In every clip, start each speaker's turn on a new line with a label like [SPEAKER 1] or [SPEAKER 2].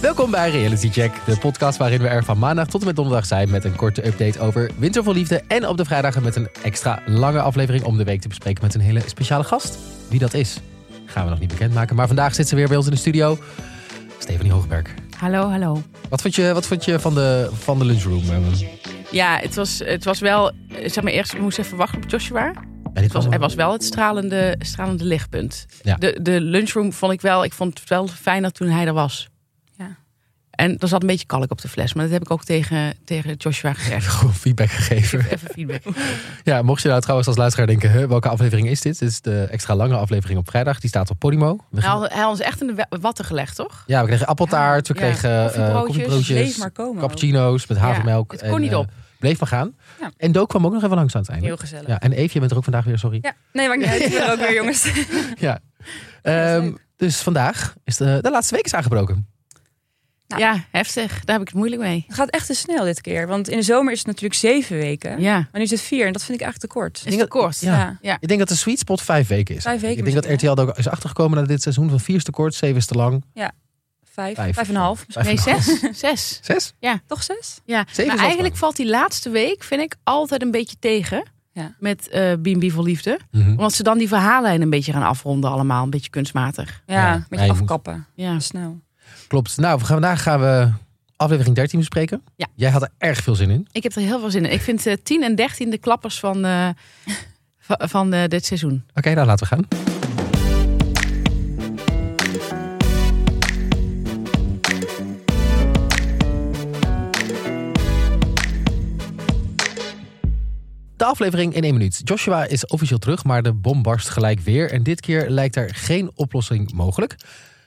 [SPEAKER 1] Welkom bij Reality Check, de podcast waarin we er van maandag tot en met donderdag zijn met een korte update over Winter vol Liefde. En op de vrijdagen met een extra lange aflevering om de week te bespreken met een hele speciale gast. Wie dat is, gaan we nog niet bekendmaken. Maar vandaag zit ze weer bij ons in de studio, Stephanie Hoogberg.
[SPEAKER 2] Hallo, hallo.
[SPEAKER 1] Wat vond je, wat vond je van, de, van de lunchroom? eh,
[SPEAKER 2] Ja, het was, het was wel... eh, Zeg maar, eerst we moesten even wachten op Joshua.
[SPEAKER 1] bij dit
[SPEAKER 2] Het was,
[SPEAKER 1] allemaal?
[SPEAKER 2] hij was wel het stralende, stralende lichtpunt.
[SPEAKER 1] Oh. Ja.
[SPEAKER 2] De, de lunchroom vond ik wel... Ik vond het wel fijn dat toen hij er was.
[SPEAKER 3] Ja.
[SPEAKER 2] En er zat een beetje kalk op de fles. Maar dat heb ik ook tegen, tegen Joshua gezegd.
[SPEAKER 1] Gewoon feedback gegeven.
[SPEAKER 2] Even feedback.
[SPEAKER 1] Ja, mocht je nou trouwens als luisteraar denken, huh, welke aflevering is dit? Dit is de extra lange aflevering op vrijdag. Die staat op Podimo. We
[SPEAKER 2] Hij
[SPEAKER 1] gaan-
[SPEAKER 2] had, hij had ons echt in de we- watten gelegd, toch?
[SPEAKER 1] Ja, we kregen appeltaart, we
[SPEAKER 2] Nou. Ja,
[SPEAKER 1] kregen eh,
[SPEAKER 3] koffiebroodjes,
[SPEAKER 1] koffiebroodjes,
[SPEAKER 3] leef maar komen
[SPEAKER 1] cappuccino's met
[SPEAKER 2] Ja,
[SPEAKER 1] havermelk.
[SPEAKER 2] het kon niet
[SPEAKER 1] eh,
[SPEAKER 2] op.
[SPEAKER 1] bleef maar gaan.
[SPEAKER 3] Ja.
[SPEAKER 1] En Dook kwam ook nog even langs aan het einde.
[SPEAKER 3] Heel gezellig. Ja.
[SPEAKER 1] Ja, en Eve, je bent er ook vandaag weer, sorry.
[SPEAKER 3] Nee, maar niet uit. Ik ben er ook weer, jongens.
[SPEAKER 1] Ja.
[SPEAKER 3] is
[SPEAKER 1] Ehm, dus vandaag is de, de laatste week is aangebroken.
[SPEAKER 3] Ja.
[SPEAKER 2] Ja, heftig. Daar heb ik het moeilijk mee.
[SPEAKER 3] Het gaat echt te snel dit keer. Want in de zomer is het natuurlijk zeven weken.
[SPEAKER 2] Ja,
[SPEAKER 3] Maar nu is het vier. En dat vind ik eigenlijk te kort.
[SPEAKER 2] is te kort.
[SPEAKER 1] Ja. Ik denk dat de sweet spot vijf weken is.
[SPEAKER 3] Vijf weken
[SPEAKER 1] ik denk dat
[SPEAKER 3] misschien,
[SPEAKER 1] RTL er ook is achtergekomen na dit seizoen van vier is te kort, zeven is te lang.
[SPEAKER 3] Vijf.
[SPEAKER 1] Vijf.
[SPEAKER 3] Vijf, en een half.
[SPEAKER 1] Vijf
[SPEAKER 2] Nee,
[SPEAKER 1] en een half.
[SPEAKER 2] zes. Zes.
[SPEAKER 1] Zes?
[SPEAKER 3] Toch zes?
[SPEAKER 2] Ja,
[SPEAKER 1] Zeven
[SPEAKER 2] maar
[SPEAKER 1] is
[SPEAKER 2] eigenlijk
[SPEAKER 1] afgelopen.
[SPEAKER 2] valt die laatste week, vind ik, altijd een beetje tegen.
[SPEAKER 3] Ja.
[SPEAKER 2] Met eh Bimbi voor Liefde.
[SPEAKER 1] Mhm.
[SPEAKER 2] Omdat ze dan die verhaallijn een beetje gaan afronden allemaal. Een beetje kunstmatig.
[SPEAKER 3] Ja,
[SPEAKER 1] Ja.
[SPEAKER 3] een beetje
[SPEAKER 1] Nee, je moet-
[SPEAKER 3] afkappen.
[SPEAKER 2] Ja.
[SPEAKER 3] Snel.
[SPEAKER 1] Klopt. Nou, we gaan, vandaag gaan we aflevering 13 bespreken.
[SPEAKER 2] Ja.
[SPEAKER 1] Jij had er erg veel zin in.
[SPEAKER 2] Ik heb er heel veel zin in. Ik vind eh, 10 en 13 de klappers van, eh, va- van eh, dit seizoen.
[SPEAKER 1] Oké, nou laten we gaan. De aflevering in één minuut. Joshua is officieel terug, maar de bom barst gelijk weer. En dit keer lijkt er geen oplossing mogelijk.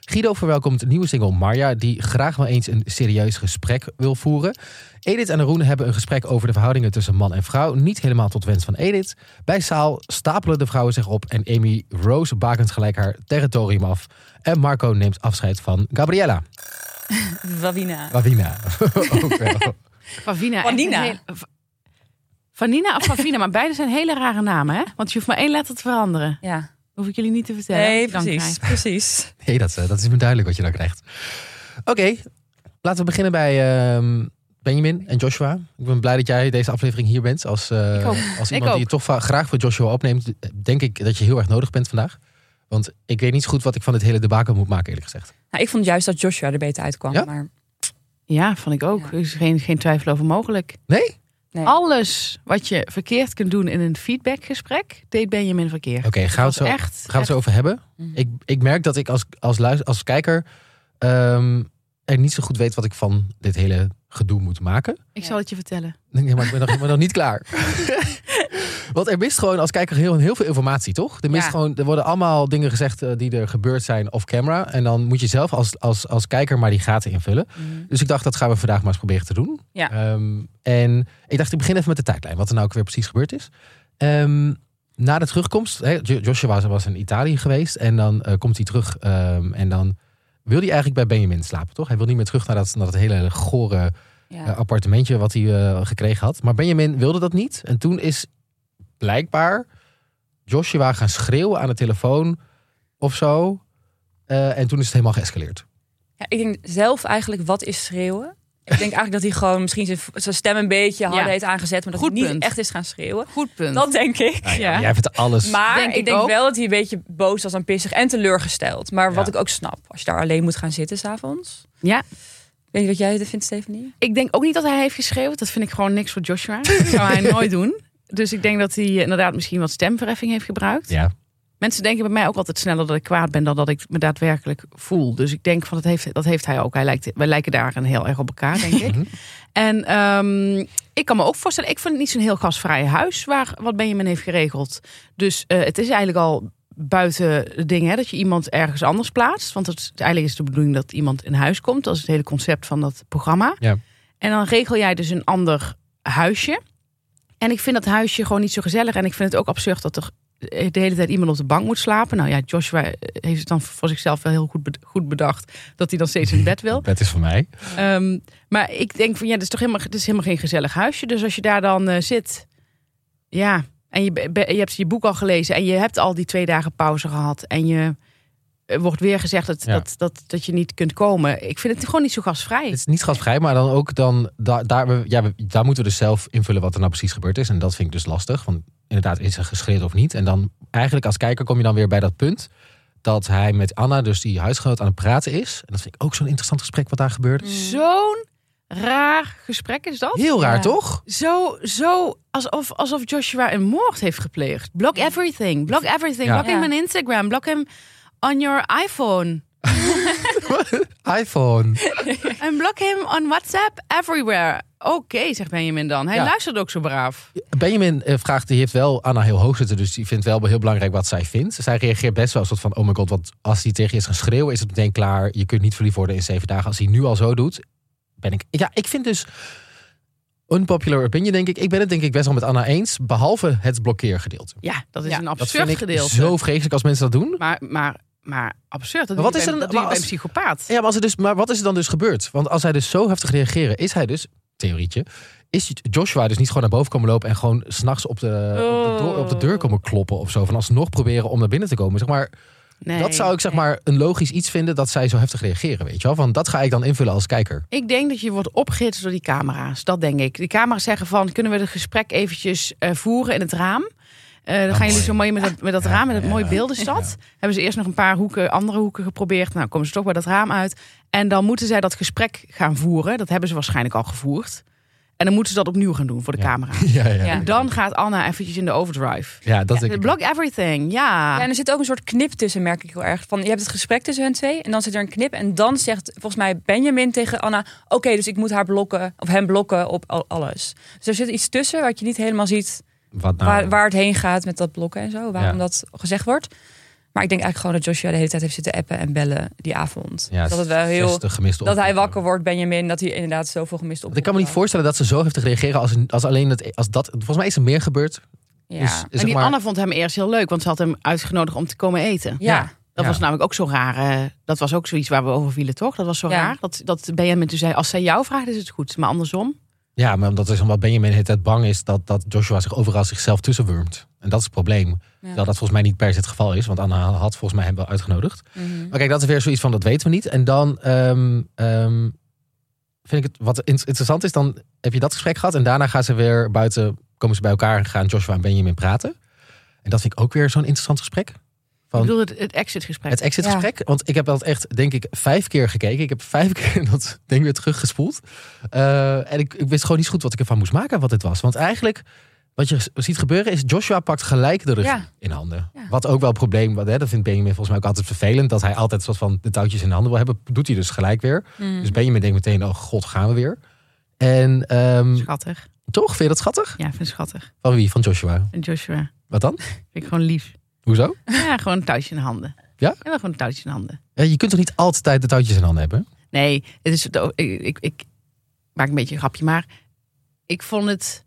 [SPEAKER 1] Guido verwelkomt nieuwe single Marja, die graag wel eens een serieus gesprek wil voeren. Edith en Roen hebben een gesprek over de verhoudingen tussen man en vrouw. Niet helemaal tot wens van Edith. Bij Saal stapelen de vrouwen zich op en Amy Rose bakent gelijk haar territorium af. En Marco neemt afscheid van Gabriella.
[SPEAKER 3] Wawina.
[SPEAKER 1] Wawina. Ook wel.
[SPEAKER 2] Favina.
[SPEAKER 3] Vanina.
[SPEAKER 2] Vanina of Favina, maar beide zijn hele rare namen, hè? Want je hoeft maar één letter te veranderen.
[SPEAKER 3] Ja.
[SPEAKER 2] Hoef ik jullie niet te vertellen.
[SPEAKER 3] Nee,
[SPEAKER 2] Dank
[SPEAKER 3] precies.
[SPEAKER 2] mij.
[SPEAKER 3] Precies.
[SPEAKER 1] Nee, dat, eh, dat is me duidelijk wat je dan krijgt. Oké, laten we beginnen bij ehm, Benjamin en Joshua. Ik ben blij dat jij deze aflevering hier bent. Als, eh,
[SPEAKER 2] Ik ook.
[SPEAKER 1] als iemand
[SPEAKER 2] Ik
[SPEAKER 1] die
[SPEAKER 2] ook.
[SPEAKER 1] het toch va- graag voor Joshua opneemt, denk ik dat je heel erg nodig bent vandaag. Want ik weet niet zo goed wat ik van dit hele debakel moet maken, eerlijk gezegd.
[SPEAKER 3] Nou, ik vond juist dat Joshua er beter uitkwam.
[SPEAKER 1] Ja?
[SPEAKER 3] Maar
[SPEAKER 2] Ja, vond ik ook.
[SPEAKER 3] Ja.
[SPEAKER 2] Er is geen, geen twijfel over mogelijk.
[SPEAKER 1] Nee?
[SPEAKER 3] nee.
[SPEAKER 2] Alles wat je verkeerd kunt doen in een feedbackgesprek, deed Benjamin verkeerd.
[SPEAKER 1] Oké, gaan we het
[SPEAKER 2] Dat
[SPEAKER 1] zo,
[SPEAKER 2] was
[SPEAKER 1] gaan
[SPEAKER 2] echt.
[SPEAKER 1] we het zo over hebben.
[SPEAKER 3] Mhm.
[SPEAKER 1] Ik, ik merk dat ik als, als, luis- als kijker ehm, er niet zo goed weet wat ik van dit hele gedoe moet maken.
[SPEAKER 2] Ik zal het je vertellen.
[SPEAKER 1] Nee, maar ik ben nog, ik ben nog niet klaar. Want er mist gewoon als kijker heel, heel veel informatie, toch? Er, mist
[SPEAKER 2] Ja.
[SPEAKER 1] gewoon, er worden allemaal dingen gezegd eh, die er gebeurd zijn off camera. En dan moet je zelf als, als, als kijker maar die gaten invullen.
[SPEAKER 3] Mhm.
[SPEAKER 1] Dus ik dacht, dat gaan we vandaag maar eens proberen te doen.
[SPEAKER 3] Ja.
[SPEAKER 1] Ehm, en ik dacht, ik begin even met de tijdlijn. Wat er nou ook weer precies gebeurd is. Ehm, na de terugkomst, hè, Jo- Joshua was, was in Italië geweest. En dan eh, komt hij terug. ehm, en dan wil hij eigenlijk bij Benjamin slapen, toch? Hij wil niet meer terug naar dat, naar dat hele gore
[SPEAKER 3] Ja.
[SPEAKER 1] eh, appartementje wat hij eh, gekregen had. Maar Benjamin wilde dat niet. En toen is blijkbaar Joshua gaan schreeuwen aan de telefoon of zo. Eh, en toen is het helemaal geëscaleerd.
[SPEAKER 3] Ja, ik denk zelf eigenlijk, wat is schreeuwen? Ik denk eigenlijk dat hij gewoon misschien zijn, zijn stem een beetje harder
[SPEAKER 2] Ja.
[SPEAKER 3] heeft aangezet. Maar dat
[SPEAKER 2] Goed
[SPEAKER 3] hij niet
[SPEAKER 2] punt.
[SPEAKER 3] echt is gaan schreeuwen.
[SPEAKER 2] Goed punt.
[SPEAKER 3] Dat denk ik.
[SPEAKER 1] Nou
[SPEAKER 2] Ja.
[SPEAKER 1] Jij vindt alles.
[SPEAKER 3] Maar
[SPEAKER 2] Denk
[SPEAKER 3] ik,
[SPEAKER 2] ik
[SPEAKER 3] denk
[SPEAKER 2] ook.
[SPEAKER 3] wel dat hij een beetje boos was en pissig en teleurgesteld. Maar wat
[SPEAKER 1] Ja.
[SPEAKER 3] ik ook snap, als je daar alleen moet gaan zitten s'avonds.
[SPEAKER 2] Ja.
[SPEAKER 3] Weet je wat jij het vindt, Stephanie?
[SPEAKER 2] Ik denk ook niet dat hij heeft geschreeuwd. Dat vind ik gewoon niks voor Joshua. Dat zou hij nooit doen. Dus ik denk dat hij eh, inderdaad misschien wat stemverheffing heeft gebruikt.
[SPEAKER 1] Ja.
[SPEAKER 2] Mensen denken bij mij ook altijd sneller dat ik kwaad ben dan dat ik me daadwerkelijk voel. Dus ik denk van dat heeft, dat heeft hij ook. Hij lijkt, wij lijken daarin heel erg op elkaar, denk ik.
[SPEAKER 1] Mhm.
[SPEAKER 2] En ehm, ik kan me ook voorstellen, ik vind het niet zo'n heel gastvrij huis waar wat Benjamin heeft geregeld. Dus eh, het is eigenlijk al buiten het ding hè, dat je iemand ergens anders plaatst. Want het, is- eigenlijk is de bedoeling dat iemand in huis komt. Dat is het hele concept van dat programma.
[SPEAKER 1] Ja.
[SPEAKER 2] En dan regel jij dus een ander huisje. En ik vind dat huisje gewoon niet zo gezellig. En ik vind het ook absurd dat er eh, de hele tijd iemand op de bank moet slapen. Nou ja, Joshua heeft het dan voor zichzelf wel heel goed bed- goed bedacht dat hij dan steeds in bed wil.
[SPEAKER 1] Dat is van mij.
[SPEAKER 2] Ehm, maar ik denk van ja, dat is toch helemaal, dat is helemaal geen gezellig huisje. Dus als je daar dan eh, zit, ja, en je, be- je hebt je boek al gelezen en je hebt al die twee dagen pauze gehad en je er wordt weer gezegd dat,
[SPEAKER 1] Ja.
[SPEAKER 2] dat, dat, dat je niet kunt komen. Ik vind het gewoon niet zo gastvrij.
[SPEAKER 1] Het is niet gastvrij, maar dan ook dan, da- daar, we- ja, we- daar moeten we dus zelf invullen wat er nou precies gebeurd is. En dat vind ik dus lastig, want inderdaad is er geschreeuwd of niet. En dan eigenlijk als kijker kom je dan weer bij dat punt dat hij met Anna, dus die huisgenoot, aan het praten is. En dat vind ik ook zo'n interessant gesprek wat daar gebeurt.
[SPEAKER 2] Zo'n raar gesprek is dat.
[SPEAKER 1] Heel raar,
[SPEAKER 3] Ja.
[SPEAKER 1] toch?
[SPEAKER 2] Zo, zo alsof, alsof Joshua een moord heeft gepleegd. Block everything, block everything.
[SPEAKER 1] Ja.
[SPEAKER 2] Block
[SPEAKER 3] Ja.
[SPEAKER 2] hem on Instagram, block hem on your iPhone.
[SPEAKER 1] iPhone.
[SPEAKER 2] En block him on WhatsApp everywhere. Oké, zegt Benjamin dan. Hij
[SPEAKER 1] Ja.
[SPEAKER 2] luistert ook zo braaf.
[SPEAKER 1] Benjamin eh, vraagt, die heeft wel Anna heel hoog zitten, dus die vindt wel heel belangrijk wat zij vindt. Zij reageert best wel een soort van, oh my god, want als hij tegen je is gaan schreeuwen, is het meteen klaar. Je kunt niet verliefd worden in zeven dagen. Als hij nu al zo doet, ben ik... Ja, ik vind dus, unpopular opinion denk ik, ik ben het denk ik best wel met Anna eens, behalve het blokkeergedeelte.
[SPEAKER 2] Ja, dat is
[SPEAKER 3] Ja,
[SPEAKER 2] een
[SPEAKER 1] Dat
[SPEAKER 2] absurd
[SPEAKER 1] vind ik
[SPEAKER 2] gedeelte.
[SPEAKER 1] zo vreselijk als mensen dat doen.
[SPEAKER 2] Maar, maar, maar absurd. Dat
[SPEAKER 1] Maar wat
[SPEAKER 2] doe je
[SPEAKER 1] is er dan- maar
[SPEAKER 2] bij, dat doe je bij een
[SPEAKER 1] als-
[SPEAKER 2] psychopaat.
[SPEAKER 1] Ja, maar, als er dus, maar wat is er dan dus gebeurd? Want als hij dus zo heftig reageren, is hij dus, theorietje, is Joshua dus niet gewoon naar boven komen lopen en gewoon s'nachts op, de
[SPEAKER 3] Oh.
[SPEAKER 1] op, de door- op de deur komen kloppen of zo. Van alsnog proberen om naar binnen te komen. Zeg maar,
[SPEAKER 2] Nee.
[SPEAKER 1] dat zou ik zeg maar een logisch iets vinden dat zij zo heftig reageren, weet je wel? Want dat ga ik dan invullen als kijker.
[SPEAKER 2] Ik denk dat je wordt opgehitst door die camera's. Dat denk ik. Die camera's zeggen van, kunnen we het gesprek eventjes eh, voeren in het raam? Eh, dan gaan jullie
[SPEAKER 1] Ah, mooi.
[SPEAKER 2] zo mooi met dat, met dat raam, met dat mooie beeldenstad. Hebben ze eerst nog een paar hoeken, andere hoeken geprobeerd. Nou, komen ze toch bij dat raam uit. En dan moeten zij dat gesprek gaan voeren. Dat hebben ze waarschijnlijk al gevoerd. En dan moeten ze dat opnieuw gaan doen voor de camera.
[SPEAKER 1] Ja, ja.
[SPEAKER 3] Ja.
[SPEAKER 1] ja.
[SPEAKER 2] En dan gaat Anna eventjes in de overdrive.
[SPEAKER 1] dat denk ik.
[SPEAKER 2] Block everything, ja.
[SPEAKER 3] Ja, en er zit ook een soort knip tussen, merk ik heel erg. Van, je hebt het gesprek tussen hun twee en dan zit er een knip. En dan zegt volgens mij Benjamin tegen Anna... oké, dus ik moet haar blokken, of hem blokken op al- alles. Dus er zit iets tussen wat je niet helemaal ziet...
[SPEAKER 1] Wat nou?
[SPEAKER 3] waar, waar het heen gaat met dat blokken en zo. Waarom
[SPEAKER 1] Ja.
[SPEAKER 3] dat gezegd wordt. Maar ik denk eigenlijk gewoon dat Joshua de hele tijd heeft zitten appen en bellen die avond.
[SPEAKER 1] Ja,
[SPEAKER 3] dat het wel heel...
[SPEAKER 1] 60 gemiste
[SPEAKER 3] Dat hij
[SPEAKER 1] oproepen.
[SPEAKER 3] wakker wordt, Benjamin, dat hij inderdaad zoveel gemist op.
[SPEAKER 1] Want ik kan me niet voorstellen dat ze zo heftig reageren als, als alleen dat, als dat. Volgens mij is er meer gebeurd.
[SPEAKER 3] Ja.
[SPEAKER 1] Dus,
[SPEAKER 2] En
[SPEAKER 1] zeg
[SPEAKER 2] die
[SPEAKER 1] maar,
[SPEAKER 2] Anna vond hem eerst heel leuk, want ze had hem uitgenodigd om te komen eten.
[SPEAKER 3] ja.
[SPEAKER 2] Dat
[SPEAKER 1] Ja.
[SPEAKER 2] was namelijk ook zo raar. eh, dat was ook zoiets waar we over vielen, toch? Dat was zo
[SPEAKER 3] Ja.
[SPEAKER 2] raar. Dat, dat Benjamin toen zei, als zij jou vraagt is het goed. Maar andersom.
[SPEAKER 1] Ja, maar omdat is omdat Benjamin de hele tijd bang is dat, dat Joshua zich overal zichzelf tussenwurmt. En dat is het probleem. Terwijl dat volgens mij niet per se het geval is, want Anna had volgens mij hem wel uitgenodigd.
[SPEAKER 3] Mhm.
[SPEAKER 1] Maar kijk, dat is weer zoiets van dat weten we niet. En dan ehm, ehm, vind ik het wat in- interessant is, dan heb je dat gesprek gehad en daarna gaan ze weer buiten, komen ze bij elkaar en gaan Joshua en Benjamin praten. En dat vind ik ook weer zo'n interessant gesprek. Van-
[SPEAKER 2] Ik bedoel het, het exitgesprek.
[SPEAKER 1] Het exitgesprek. Want ik heb dat echt, denk ik, vijf keer gekeken. Ik heb vijf keer dat ding weer teruggespoeld. Eh, en ik, ik wist gewoon niet zo goed wat ik ervan moest maken, wat dit was. Want eigenlijk, wat je ziet gebeuren is... Joshua pakt gelijk de regie
[SPEAKER 3] Ja.
[SPEAKER 1] in handen.
[SPEAKER 3] Ja.
[SPEAKER 1] Wat ook wel een probleem... Wat, hè, dat vindt Benjamin volgens mij ook altijd vervelend. Dat hij altijd soort van de touwtjes in de handen wil hebben. Doet hij dus gelijk weer.
[SPEAKER 3] Mhm.
[SPEAKER 1] Dus Benjamin denkt meteen, oh god, gaan we weer. En ehm,
[SPEAKER 2] Schattig.
[SPEAKER 1] toch, vind je dat schattig?
[SPEAKER 2] Ja, ik vind het schattig.
[SPEAKER 1] Van wie? Van Joshua.
[SPEAKER 2] En Joshua.
[SPEAKER 1] Wat dan?
[SPEAKER 2] Vind ik gewoon lief.
[SPEAKER 1] Hoezo?
[SPEAKER 2] Ja, gewoon een touwtje in de handen.
[SPEAKER 1] Ja?
[SPEAKER 2] wel gewoon een touwtje in de handen.
[SPEAKER 1] Ja, Eh, je kunt toch niet altijd de touwtjes in handen hebben?
[SPEAKER 2] Nee, het is, ik, ik, ik maak een beetje een grapje, maar ik vond het...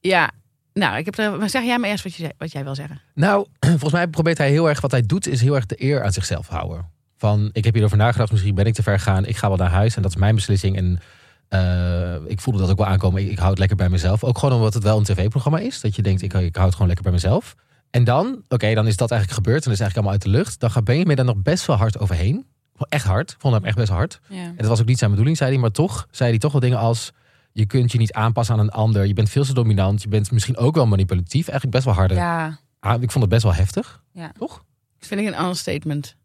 [SPEAKER 2] Ja, nou, ik heb er, maar zeg jij maar eerst wat, je, zei- wat jij wil zeggen.
[SPEAKER 1] Nou, volgens mij probeert hij heel erg, wat hij doet, is heel erg de eer aan zichzelf houden. Van, ik heb hierover nagedacht, misschien ben ik te ver gegaan, ik ga wel naar huis en dat is mijn beslissing. En eh, ik voelde dat ook wel aankomen, ik, ik hou het lekker bij mezelf. Ook gewoon omdat het wel een tv-programma is, dat je denkt, ik, ik hou het gewoon lekker bij mezelf. En dan, oké, dan is dat eigenlijk gebeurd en dat is eigenlijk allemaal uit de lucht. Dan gaat Benjamin daar nog best wel hard overheen. Echt hard, Ik vond hem echt best wel hard.
[SPEAKER 3] Ja.
[SPEAKER 1] En dat was ook niet zijn bedoeling, zei hij. Maar toch zei hij toch wel dingen als... je kunt je niet aanpassen aan een ander. Je bent veel te dominant. Je bent misschien ook wel manipulatief. Eigenlijk best wel harder.
[SPEAKER 3] ja.
[SPEAKER 1] Ah, ik vond het best wel heftig.
[SPEAKER 2] Dat vind ik een understatement.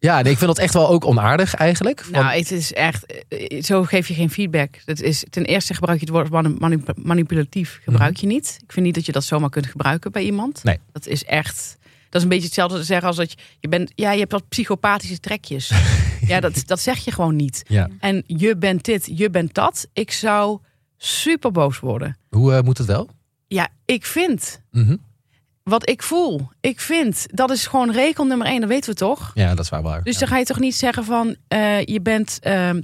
[SPEAKER 1] Ja, nee, ik vind dat echt wel ook onaardig eigenlijk. Want-
[SPEAKER 2] Nou, het is echt, eh, eh, zo geef je geen feedback. Dat is, ten eerste gebruik je het woord manu- manu- manipulatief, gebruik je niet. Ik vind niet dat je dat zomaar kunt gebruiken bij iemand.
[SPEAKER 1] Mhm. Nee.
[SPEAKER 2] Dat is echt, dat is een beetje hetzelfde te zeggen als dat je, je bent, ja, je hebt wat psychopathische trekjes. ja, dat, dat zeg je gewoon niet.
[SPEAKER 1] ja.
[SPEAKER 2] En je bent dit, je bent dat. Ik zou super boos worden.
[SPEAKER 1] Hoe eh, moet het wel?
[SPEAKER 2] Ja, ik vind
[SPEAKER 1] Mhm.
[SPEAKER 2] wat ik voel. Ik vind, dat is gewoon regel nummer één, dat weten we toch?
[SPEAKER 1] Ja, dat is waar. waar.
[SPEAKER 2] Dus
[SPEAKER 1] Ja.
[SPEAKER 2] dan ga je toch niet zeggen van eh, je bent, ehm,